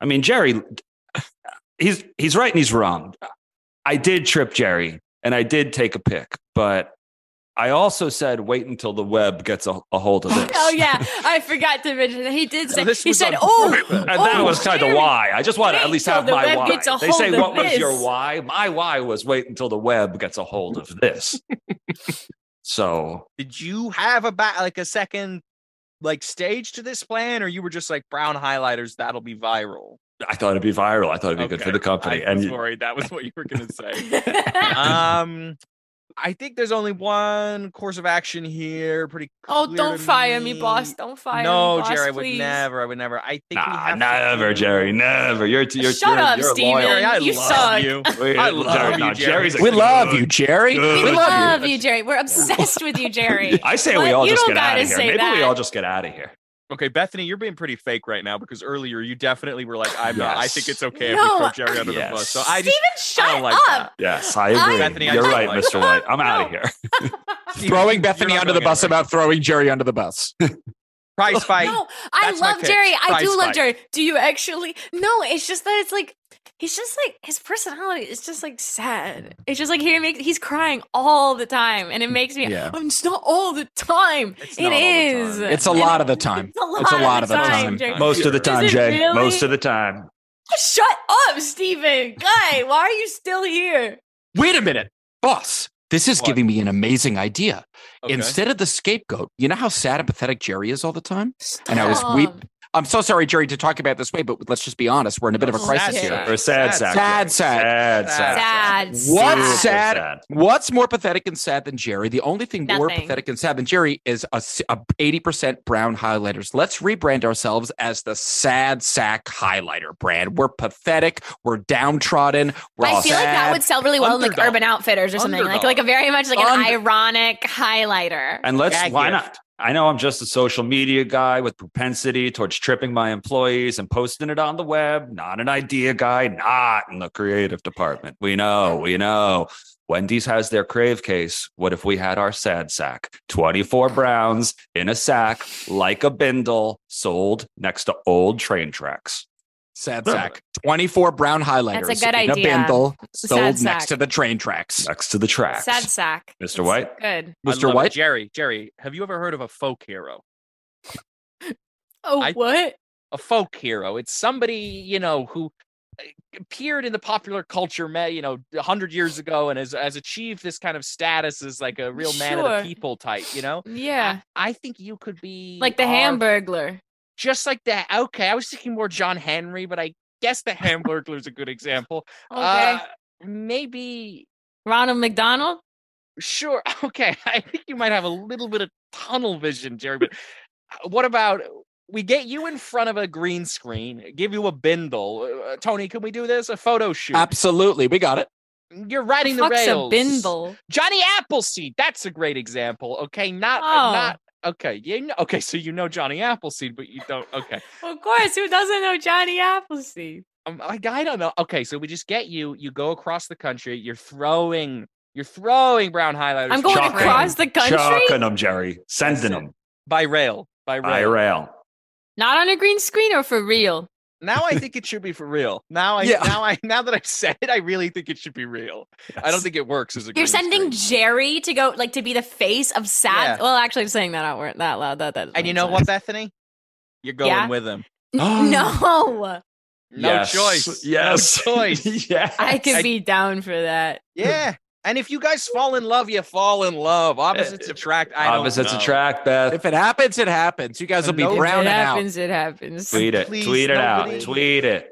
I mean Jerry, he's he's right and he's wrong. I did trip Jerry, and I did take a pic, but I also said wait until the web gets a, a hold of this.
Oh yeah, I forgot to mention that he did say
this
he
was
said,
on
"Oh,
purpose.
And that
oh,
was kind of
Jerry,
why. I just wanted to at
wait
least
till
have
the
my
web
why.
gets a
They say,
hold of
what was your
this."
why? My why was wait until the web gets a hold of this. so
Did you have a ba- like a second like stage to this plan, or you were just like brown highlighters? That'll be viral.
I thought it'd be viral. I thought it'd be good
Okay.
for the company.
I was
and
worried that was what you were gonna say. um, I think there's only one course of action here. Pretty.
Oh,
clear
don't
to
fire me, boss!
me.
Don't fire
no,
me, boss,
Jerry, I
please.
would never. I would never. I think we
Nah,
have to
never,
do-
Jerry. Never. You're you're
Shut
you're,
up,
you're a
Steven.
lawyer.
Jerry, I
You
love
suck.
you.
Wait,
I love
Jerry,
you,
nah,
Jerry.
Jerry's a
We
good-
love you, Jerry.
good-
We
We
love
love you, Jerry. We're obsessed with you, Jerry.
I say we
What?
all
You
just
don't
get out
gotta
of here.
say
Maybe we
that.
all just get out of here.
Okay, Bethany, you're being pretty fake right now because earlier you definitely were like, "I'm not. I think
Yes.
it's okay
No,
if we throw Jerry under the bus." So
yes.
I
Steven,
just I
shut
don't like
up!
that.
Yes, I
I-
agree.
Bethany, I
You're
don't
right,
like
Mr.
you.
White. I'm out
No.
of here.
Steven,
Throwing
you're
Bethany
not
under the
going
bus
anywhere.
about throwing Jerry under the bus.
prize fight.
No, I
That's my
love
pitch.
Jerry. I
Prize
do love
fight.
Jerry. Do you actually? No, it's just that it's like he's just like his personality is just like sad. It's just like he makes he's crying all the time, and it makes me.
Yeah.
"Oh, It's not all the time.
Mm, It's
It
not all the
is.
time.
It's a lot of the time.
It's a lot,
It's a lot
of the time. Jerry.
Most of the time,
Is it
Jay.
really?
Most of the time.
Shut up, Steven. Guy, why are you still here?
Wait a minute, boss. This is
What?
giving me an amazing idea.
Okay.
Instead of the scapegoat, you know how sad and pathetic Jerry is all the time? And I was weep. I'm so sorry, Jerry, to talk about it this way, but let's just be honest. We're in a bit of a
Sad,
crisis
sad.
here.
Or sad, sad,
Sad, sad.
sad, sad.
Sad.
What
sad.
sad,
sad.
What's more pathetic and sad than Jerry? The only thing more
Nothing.
pathetic and sad than Jerry is a s- a eighty percent brown highlighters. Let's rebrand ourselves as the Sad Sack Highlighter brand. We're pathetic. We're downtrodden. We're
I
all
feel like that
sad.
would sell really well in like
Underdog.
Urban Outfitters or something like
Underdog.
like a very much like an
Under-
ironic highlighter.
And let's
Gag
why
gift.
not? I know I'm just a social media guy with propensity towards tripping my employees and posting it on the web. Not an idea guy, not in the creative department. We know, we know. Wendy's has their crave case. What if we had our sad sack? 24 browns in a sack, like a bindle, sold next to old train tracks.
Sad Sack. Twenty four brown highlighters.
That's a good
in
idea.
A bindle sold
Sad
next
Sack.
to the train tracks.
Next to the tracks.
Sad sack.
Mr.
It's
White?
Good.
I love
Mr.
it.
White,
Jerry, Jerry, have you ever heard of a folk hero?
Oh,
I-
what?
Oh,
a folk hero. It's somebody, you know, who eh, appeared in the popular culture, ma- you know, a hundred years ago, and has, has achieved this kind of status as like a real man of
Sure.
the people type. You know,
Yeah.
I think you could be
Like the
our-
Hamburglar.
just like that. Okay, I was thinking more John Henry, but I guess the Hamburglar is a good example.
Okay.
Uh, maybe
Ronald McDonald?
Sure. Okay. I think you might have a little bit of tunnel vision, Jerry. But uh, what about we get you in front of a green screen, give you a bindle? Uh, Tony, can we do this? A photo shoot. Mm,
Absolutely, we got it.
You're riding the
Fuck's a
rails.
bindle.
Johnny Appleseed. That's a great example. Okay. Not. uh,
Oh.
Not. Okay. You know, okay. So you know Johnny Appleseed, but you don't. Okay.
Of course, who doesn't know Johnny Appleseed?
Um, like I don't know. Okay, so we just get you. You go across the country. You're throwing. You're throwing brown highlighters.
I'm going
Chocolate.
across the country?
Chucking them, Jerry. Sending them
by rail. By rail.
by rail.
Not on a green screen or for real?
Now I think it should be for real. Now I
Yeah.
now I now that I've said it, I really think it should be real. I don't
Yes.
think it works as a.
You're
green
sending
screen.
Jerry to go like to be the face of sad.
Yeah.
Well, actually, I'm saying that out wor- that loud. That, that
Oh,
And you know what, Bethany? You're going
Yeah.
with him.
no.
No
Yes.
choice.
Yes.
No choice.
yeah.
I could
I-
be down for that.
Yeah. And if you guys fall in love, you fall in love. Opposites attract. I don't
Eh, Opposites
know.
attract, Beth.
If it happens, it happens. You guys will be
No, if
if
it
browning
it
out.
happens, it happens.
Tweet it.
Please,
Tweet it out.
nobody-
Tweet it.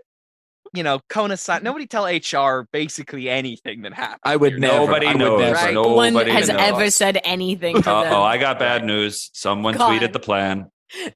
You know, Kona sign. Nobody tell HR basically anything that happened.
I would
here.
never.
Nobody
I would
knows.
never.
Right.
Nobody
No one
knows.
has ever said anything to
Uh
them.
oh, I got bad news. Someone
God.
tweeted the plan.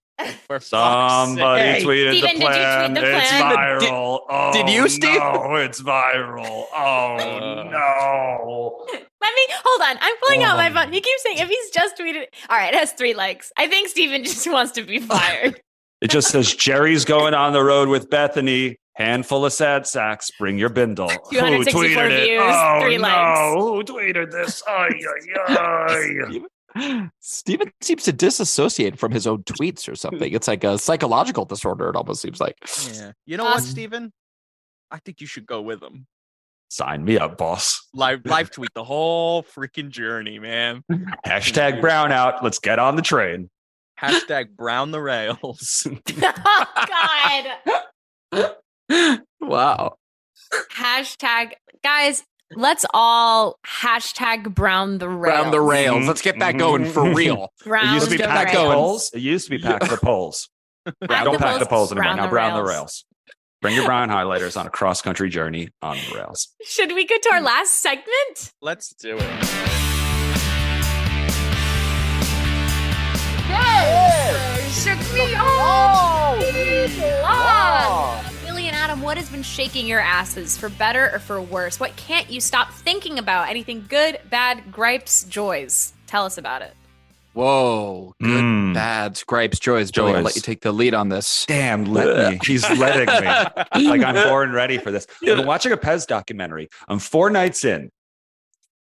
For fuck's
Somebody
sake.
tweeted
Steven, did
the
you tweet
plan.
the
It's
plan?
Did-
viral. oh,
did you, Steve?
No, it's viral.
Uh.
Oh
Let me hold on. I'm pulling out my
Um.
phone. He keeps saying if he's just tweeted. All right, it has three likes. I think Steven just wants to be fired.
no! It just says Jerry's going on the road with Bethany. Handful of sad sacks. Bring your bindle. Who
264
tweeted it?
views,
Oh
three
no!
likes.
Who tweeted this? Ay, ay, ay.
Steven seems to disassociate from his own tweets or something. It's like a psychological disorder, it almost seems like.
Yeah. You know what,
Awesome.
Steven? I think you should go with him.
Sign me up, boss.
Live live tweet the whole freaking journey, man.
Hashtag brownout. Let's get on the train.
Hashtag brown the rails.
oh God.
Wow.
hashtag guys. Let's all hashtag brown the rails.
Round the rails. Let's get that going for
Mhm.
real.
It
Brown
used to be
the
pack the
rails.
poles. It used to be pack the poles.
Pack
don't
the
pack the
poles,
poles anymore.
brown
Now
the
brown the
rails.
rails. Bring your brown highlighters on a cross country journey on the rails.
Should we go to
Hmm.
our last segment?
Let's do it.
Shook me off.
Billy and Adam, what has been shaking your asses for better or for worse? What can't you stop thinking about? Anything good, bad, gripes, joys? Tell us about it.
Whoa. Good,
Mm.
bad, gripes, joys. Joey, I'll let
Joys.
you take the lead on this.
Damn, let me. He's letting me. like I'm born ready for this. I've been watching a Pez documentary. I'm four nights in.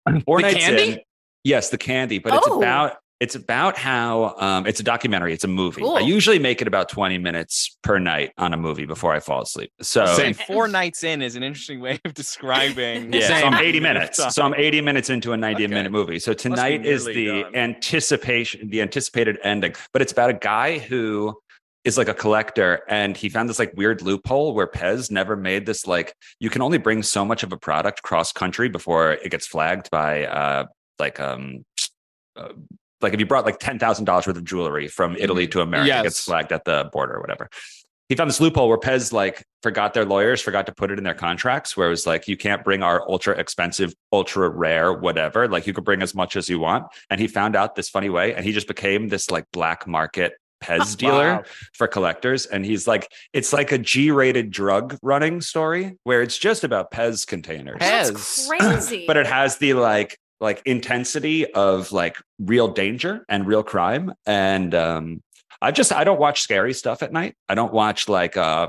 I'm four
The
nights
candy?
in. Yes, the candy, but it's
Oh.
about it's about how um, it's a documentary. It's a movie.
Cool.
I usually make it about 20 minutes per night on a movie before I fall asleep. So
Oh.
Saying four nights in is an interesting way of describing.
Yeah, so I'm
some
80
period of
minutes.
time.
So I'm 80 minutes into a 90
Okay.
minute movie. So tonight is
nearly
the
done.
anticipation, the anticipated ending. But it's about a guy who is like a collector and he found this like weird loophole where Pez never made this like you can only bring so much of a product cross country before it gets flagged by uh like um uh, like if you brought like ten thousand dollars worth of jewelry from Italy to America, it gets
Mm-hmm. Yes.
flagged at the border or whatever. He found this loophole where Pez like forgot their lawyers forgot to put it in their contracts, where it was like you can't bring our ultra expensive, ultra rare, whatever. Like you could bring as much as you want. And he found out this funny way, and he just became this like black market Pez dealer
Wow.
for collectors. And he's like, it's like a G-rated drug running story where it's just about Pez containers
Pez.
Crazy.
but it has the like like intensity of like real danger and real crime and um i just i don't watch scary stuff at night i don't watch like uh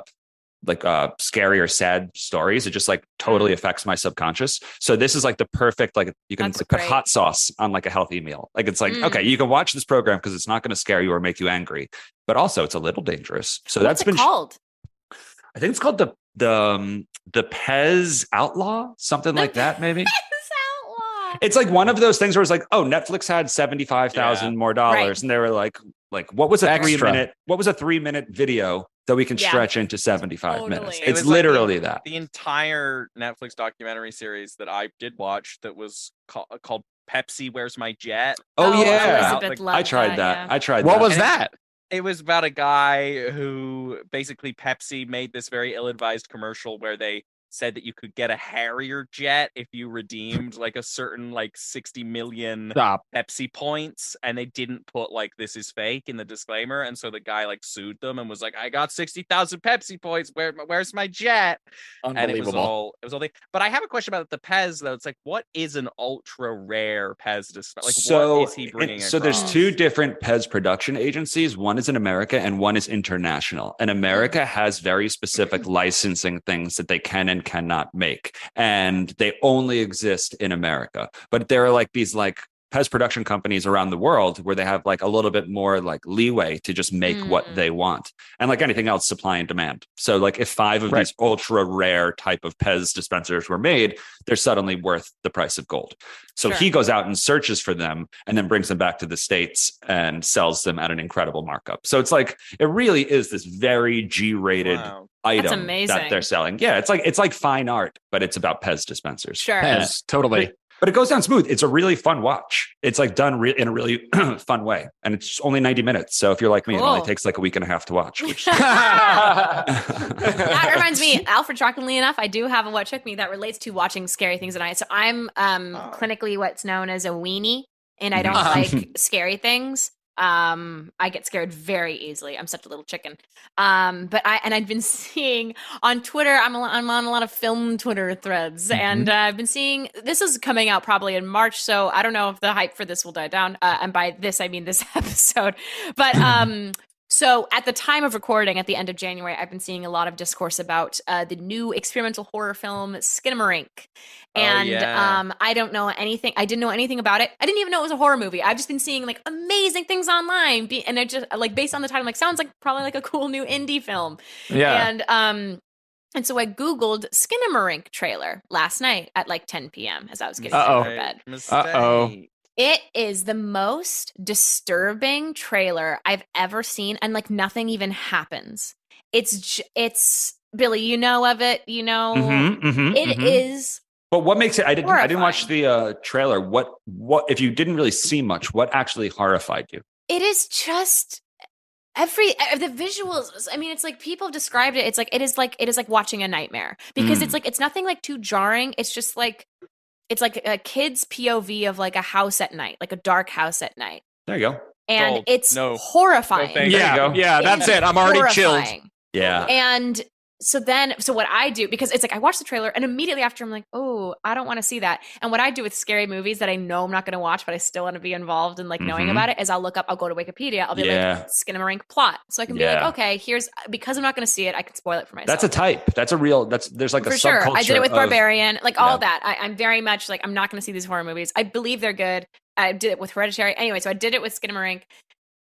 like uh scary or sad stories it just like totally affects my subconscious so this is like the perfect like you can
That's
like, put
great.
hot sauce on like a healthy meal like it's like
Mm.
okay you can watch this program because it's not going to scare you or make you angry but also it's a little dangerous so
What's
that's
it
been
called?
i think it's called the the um, the pez outlaw something like that maybe
Outlaw.
it's like one of those things where it's like, oh, Netflix had seventy five thousand more dollars,
Right.
and they were like, like what was a
Extra.
three minute, what was a three minute video that we can
Yeah.
stretch into 75 minutes.
Totally.
It
It's
was like the-
literally that.
The entire Netflix documentary series that I did watch that was ca- called Pepsi Where's My Jet.
Oh,
It was
yeah.
about,
Elizabeth
like,
Love
I tried
that,
that.
yeah.
I tried
What
that.
was that?
it was about a guy who basically Pepsi made this very ill-advised commercial where they said that you could get a Harrier jet if you redeemed like a certain like 60 million
Stop.
Pepsi points and they didn't put like this is fake in the disclaimer and so the guy like sued them and was like I got 60,000 Pepsi points where where's my jet and it was
Unbelievable.
all it was all the, but I have a question about the Pez though it's like what is an ultra rare Pez display like
so,
what is he
it-
bringing
so there's
across?
two different Pez production agencies. One is in America and one is international. And America
Mm.
has very specific licensing things that they can and cannot make, and they only exist in America. But there are like these like Pez production companies around the world where they have like a little bit more like leeway to just make what
Mm.
they want. And like anything else, supply and demand. So like if five of
Right.
these ultra rare type of Pez dispensers were made, they're suddenly worth the price of gold. So
Sure.
he goes out and searches for them and then brings them back to the States and sells them at an incredible markup. So it's like it really is this very G-rated
Wow.
item that
amazing.
they're selling. Yeah, it's like it's like fine art, but it's about Pez dispensers.
Sure.
Pez, totally.
But it goes down smooth. It's a really fun watch. It's like done re- in a really fun way, and it's only ninety minutes. So if you're like me, it only
Cool.
takes like a week and a half to watch. Which
that reminds me, Alfred. Shockingly enough, I do have a what took me that relates to watching scary things at night. So I'm um,
Oh.
clinically what's known as a weenie, and I don't
Mhm.
like scary things. Um, I get scared very easily. I'm such a little chicken. Um, but I and I've been seeing on Twitter. I'm a, lo- I'm on a lot of film Twitter threads, and uh, I've been seeing this is coming out probably in March. So I don't know if the hype for this will die down. Uh, and by this I mean this episode. But um, so at the time of recording, at the end of January, I've been seeing a lot of discourse about uh, the new experimental horror film Skinamarink,
Oh,
and
yeah.
um, I don't know anything. I didn't know anything about it. I didn't even know it was a horror movie. I've just been seeing like amazing things online, be- and I just like based on the title, I'm like sounds like probably like a cool new indie film.
Yeah.
And um and so I googled Skinamarink trailer last night at like 10 p.m. as I was getting
Uh-oh.
ready for bed.
Uh-oh.
Mistake.
It is the most disturbing trailer I've ever seen and like nothing even happens. It's j- it's Billy, you know of it, you know.
Mm-hmm.
Mhm, mhm,
It is
mhm. But what makes it? I didn't. I didn't watch the uh, trailer. What? What? If you didn't really see much, what actually horrified you?
it is just every uh, the visuals i mean it's like people have described it it's like it is like it is like watching a nightmare because
Mm.
it's like it's nothing like too jarring it's just like it's like a kid's pov of like a house at night like a dark house at night
There you go.
and
Sold.
it's
Oh, No.
horrifying
No, thank you.
Yeah.
There you go.
Yeah. That's it. I'm already chilled.
Horrifying.
Yeah.
And so then, so what I do, because it's like I watch the trailer and immediately after I'm like, oh, I don't want to see that. And what I do with scary movies that I know I'm not going to watch, but I still want to be involved in like knowing
Mhm.
about it is I'll look up, I'll go to Wikipedia, I'll be
Yeah.
like, Skinamarink plot. So I can be
Yeah.
like, okay, here's, because I'm not going to see it, I can spoil it for myself.
That's a type. That's a real. That's there's like a
for sure. I did it
subculture
with
of-
Barbarian, like all
Yeah.
that. I, I'm very much like I'm not going to see these horror movies. I believe they're good. I did it with Hereditary, anyway. So I did it with Skinamarink,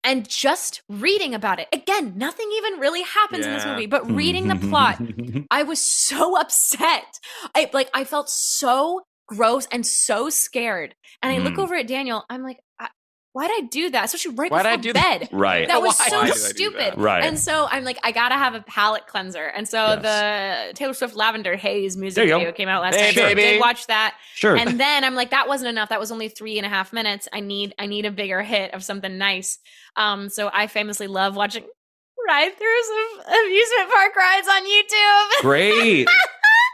and just reading about it again. Nothing even really happens in this
Yeah.
movie, but reading the plot, I was so upset. I like I felt so gross and so scared. And I look
Mm.
over at Daniel. I'm like, I, why'd I do that? Especially right
Why'd I
before
do that?
bed.
right.
That was
Why
so
did I do that?
stupid.
Right.
And so I'm like, I gotta have a palate cleanser. And so the Taylor Swift Lavender Haze
There
music
you go.
video came out last
Hey,
night. So I
baby.
did watch that.
sure.
And then I'm like, that wasn't enough. That was only three and a half minutes. I need I need a bigger hit of something nice. Um, so I famously love watching ride throughs of amusement park rides on YouTube.
Great.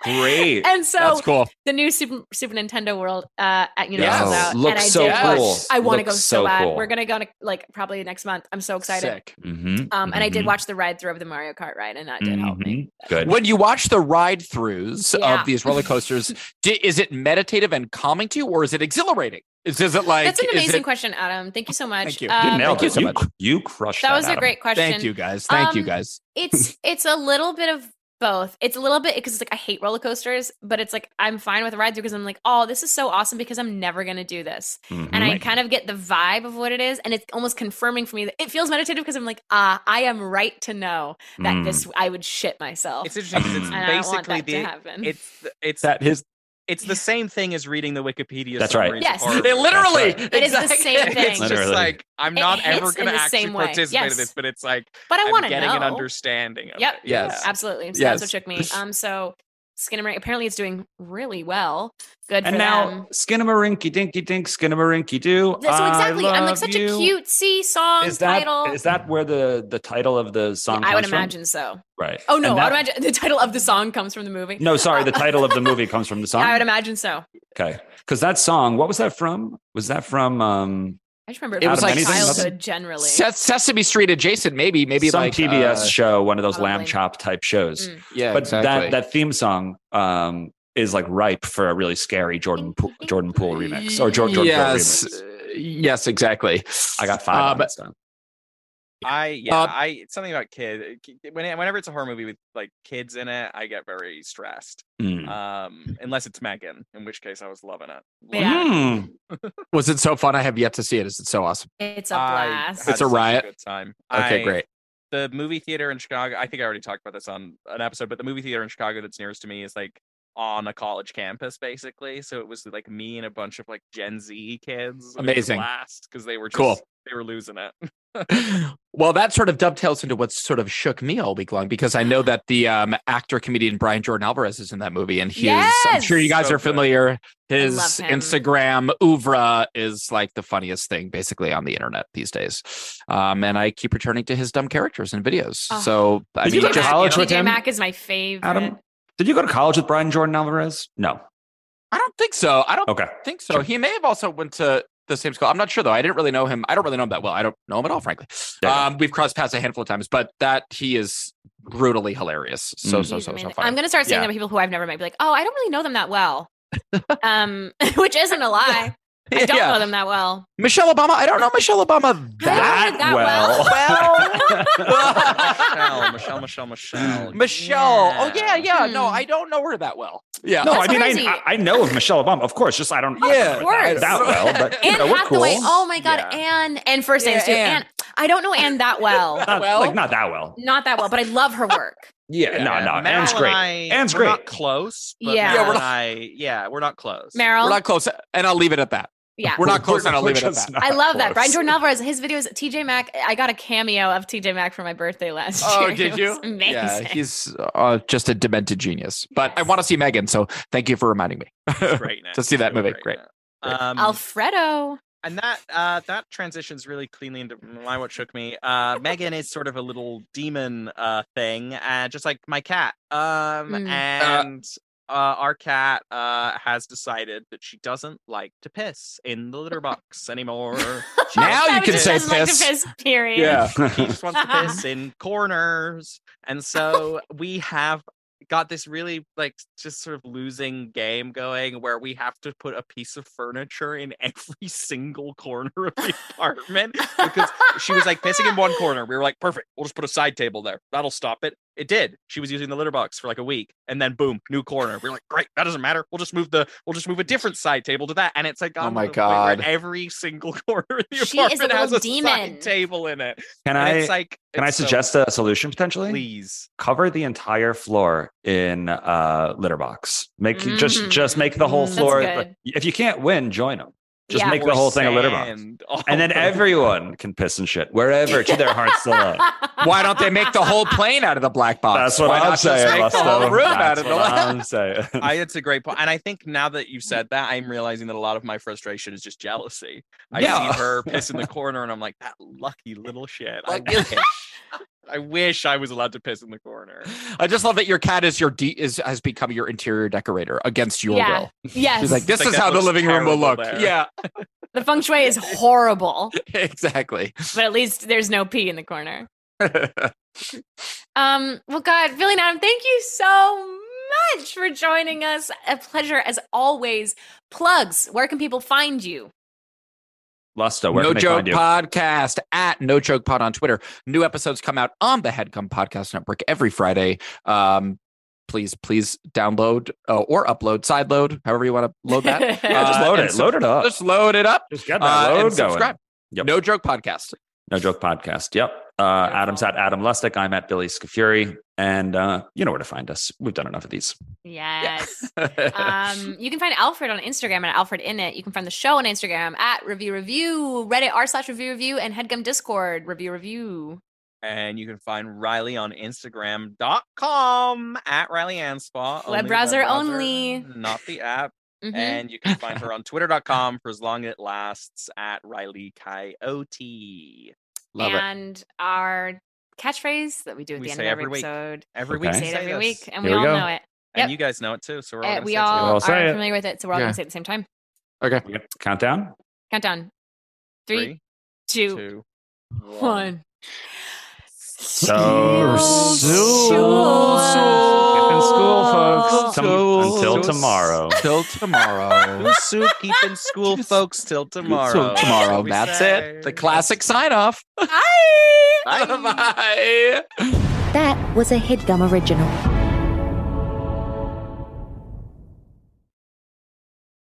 Great.
And so
That's cool.
the new Super, Super Nintendo World uh, at Universal
Yes.
out, and I
Looks so
did watch-
cool.
I want to
Looks
go so, bad.
cool.
We're gonna go to like probably next month. I'm so excited.
Sick.
Mhm,
Um, and I did
mhm,
watch the ride through of the Mario Kart ride, and that did help me. Uh,
mhm. Good.
When you watch the ride throughs
Yeah.
of these roller coasters, di- is it meditative and calming to you, or is it exhilarating? Is, is it like
That's an
is
amazing
it-
question, Adam. Thank you so much. Um,
Thank you. You
you nailed
thank you
it.
so
you,
much.
cr- you crushed that.
That was a
Adam.
great question.
Thank you guys. Thank you
Um,
guys.
It's it's a little bit of both. It's a little bit because it's like I hate roller coasters, but it's like I'm fine with ride through because I'm like, oh, this is so awesome because I'm never gonna do this,
Mhm.
and I kind of get the vibe of what it is, and it's almost confirming for me that it feels meditative because I'm like, ah, I am right to know that
Mm.
this I would shit myself,
It's interesting 'cause
Mm.
and I don't
it's
want
basically
that to
the
happen.
it's the- it's
That is
It's the same thing as reading the Wikipedia.
That's right.
summaries
Yes.
horribly.
They
literally-
That's
It is the
Exactly.
same thing.
It's just
Literally.
like I'm
It
not
hits
ever
in
going to
the
actually
same way.
participate
Yes.
in this, but it's like
But I
I'm
want to know.
getting an understanding of
Yep.
it.
Yes.
Absolutely. So
Yes.
that's what took me. Um. So Skinamarink. Apparently, it's doing really well. Good for
And now
them.
Skinamarinky Dinky Dink, Skinamarinky Doo.
So exactly. I'm like such a cutesy song
is that,
title.
Is that where the the title of the song?
I would
comes from?
imagine so.
Right.
Oh no,
And
I
that-
would imagine the title of the song comes from the movie.
No, sorry. The title of the movie comes from the song.
Yeah, I would imagine so.
Okay. Because that song, what was that from? Was that from um
I just remember
It
it
was
was
like
childhood
something-
generally.
Se- Sesame Street adjacent, maybe, maybe
some
like
PBS
uh,
show, one of those lamb
probably.
chop type shows.
Mm.
yeah,
but
exactly.
that that theme song um is like ripe for a really scary Jordan Poole, Jordan Poole remix or Jordan Jordan Peele
yes,
remix.
uh, yes, exactly.
I got five on
Um,
that song.
I yeah,
Um,
I it's something about kid. uh, When, whenever it's a horror movie with like kids in it, I get very stressed.
Hmm.
Mm.
Um, unless it's Megan, in which case I was loving it.
Yeah.
Mm-hmm.
Mm.
was it so fun? I have yet to see it. Is it so awesome?
It's a
I
blast.
had
It's a
such
riot.
good time.
Okay,
I-
great.
The movie theater in Chicago. I think I already talked about this on an episode, but the movie theater in Chicago that's nearest to me is like on a college campus, basically. So it was like me and a bunch of like Gen Z kids.
Amazing.
Last because they were just,
Cool.
They were losing it.
well, that sort of dovetails into what sort of shook me all week long because I know that the um, actor comedian Brian Jordan Alvarez is in that movie, and he's I'm sure you
Yes!
guys
So
are
good.
familiar. His
love him.
Instagram oeuvre is like the funniest thing basically on the internet these days, um, and I keep returning to his dumb characters and videos.
Oh.
So I
Did you
mean,
go to
just-
college with
DJ
him?
Mac is my favorite.
Adam, did you go to college with Brian Jordan Alvarez? No.
I don't think so. I don't
Okay.
think so.
Sure.
He may have also went to the same school. I'm not sure though. I didn't really know him. I don't really know him that well. I don't know him at all, frankly.
Yeah.
Um, we've crossed paths a handful of times, but that he is brutally hilarious. So
Mm.
so
He's
so so
amazing.
funny.
I'm gonna start saying
Yeah.
that to people who I've never met. Be like, oh, I don't really know them that well. um, which isn't a lie. I don't know them that well.
Michelle Obama. I don't know Michelle Obama that.
that
Michelle, Michelle, Michelle, Michelle.
Michelle. Oh yeah, yeah. No,
Hmm.
I don't know her that well. Yeah.
no, I
That's
mean,
crazy.
I, I know of Michelle Obama, of course. Just I don't know
Yeah,
her
of course.
that well, but you
Anne
know, we're cool.
Hathaway. Oh my god,
Yeah.
Anne. And first names
Yeah,
too.
Anne.
Anne. I don't know Anne that well.
not,
well.
like not that well.
Not that well, but I love her work.
Yeah, no, no,
Meryl
Anne's great.
I,
Anne's
we're Not
great.
close. But
Yeah,
Yeah.
yeah, yeah,
we're
we're
not-
I, yeah, we're not close.
Meryl.
We're not close, and I'll leave it at that.
yeah.
We're not close, and I'll
We're
leave it at
just
that.
not
I love that.
close.
Brian Jordan Alvarez, his videos, TJ Mack. I got a cameo of TJ Mack for my birthday last
Oh,
year.
did
It
you?
was Amazing.
Yeah, he's uh, just a demented genius. But I want to see Megan, so thank you for reminding me.
It's great now.
To see that
It's really
movie. Great.
now. Um,
Alfredo.
and that uh, that transitions really cleanly into my what shook me. Uh, Megan is sort of a little demon uh, thing, uh, just like my cat. Um,
Mm. Uh,
and uh, our cat uh, has decided that she doesn't like to piss in the litter box anymore. She
Now
just
you can
Just
say
doesn't like to
piss.
piss, period.
she just wants to piss in corners. And so we have got this really like just sort of losing game going where we have to put a piece of furniture in every single corner of the apartment because she was like pissing in one corner. We were like, perfect, we'll just put a side table there. That'll stop it. It did. She was using the litter box for like a week and then boom, new corner. We were like, great, that doesn't matter. We'll just move the we'll just move a different side table to that. And it's like
Oh
gotten to
my
the point where
God.
every single corner of the
She is a
apartment has
little
a
demon.
side table in it.
Can
And
I
it's like
can I
it's so-
suggest a solution potentially?
please
Cover the entire floor in uh, litter box. Make just
Mhm.
just make the whole
Mm, that's
floor.
good.
If you can't win, join them. Just
Yeah.
make the whole thing a litter box,
sand all
and then
over.
everyone can piss and shit wherever to their heart's delight.
Why don't they make the whole plane out of the black box?
That's what
Why
I'm
not just
saying.
Make the whole
Lester.
room out
That's
of
what
the.
I'm saying.
I, it's a great point, and I think now that you've said that, I'm realizing that a lot of my frustration is just jealousy. I
Yeah.
see her piss in the corner, and I'm like, "That lucky little shit." I
Lucky-
wish, I wish I was allowed to piss in the corner.
I just love that your cat is your de- is has become your interior decorator against your
Yeah.
will.
Yes.
She's like, this
Like,
is
that
how the
looks
living room will look.
terrible there.
Yeah,
the feng shui is horrible,
exactly.
but at least there's no pee in the corner. Um, well, God, Philly and Adam, thank you so much for joining us. A pleasure as always. Plugs, where can people find you?
Lusta, where
no
can they
Joke
find you?
Podcast at No Joke Pod on Twitter. New episodes come out on the Headgum Podcast Network every Friday. Um, please, please download uh, or upload, sideload, however you want to load that.
yeah, just
Uh,
load
and
it.
sub-
Load it up.
Just load it up.
Just get
uh,
that
and
load going.
subscribe.
Yep.
No Joke Podcast.
No Joke Podcast. Yep. Uh, Adam's at Adam Lustig. I'm at Billy Scafuri. And uh, you know where to find us. We've done enough of these.
Yes. um, you can find Alfred on Instagram at Alfred Innit. You can find the show on Instagram at Review Review, Reddit r slash Review Review, and Headgum Discord Review Review.
And you can find Riley on Instagram.com at Riley Anspaw. only
Web browser only.
Not the app.
Mhm.
And you can find her on Twitter.com for as long as it lasts at Riley Coyote.
Love it.
and our catchphrase that we do at
We
the end
say
of every,
every week.
episode.
Every
Okay.
week.
We say it every
this.
week, and
Here
we,
we
all
go.
know it.
And
Yep.
you guys know it too. So we're all,
Uh,
gonna
we
say it together.
all,
all say
are
it.
familiar with it, so we're all
Yeah.
going to say it at the same time.
Okay.
We got Countdown.
Countdown. Three,
Three,
two, one.
two,
So
School.
soon.
Keep
in school, folks. Some-
School.
until tomorrow.
Till tomorrow.
Soup keep in school, folks, till tomorrow.
Till tomorrow.
We
That's
say.
it. The classic sign off.
Bye.
Bye.
That was a headgum original.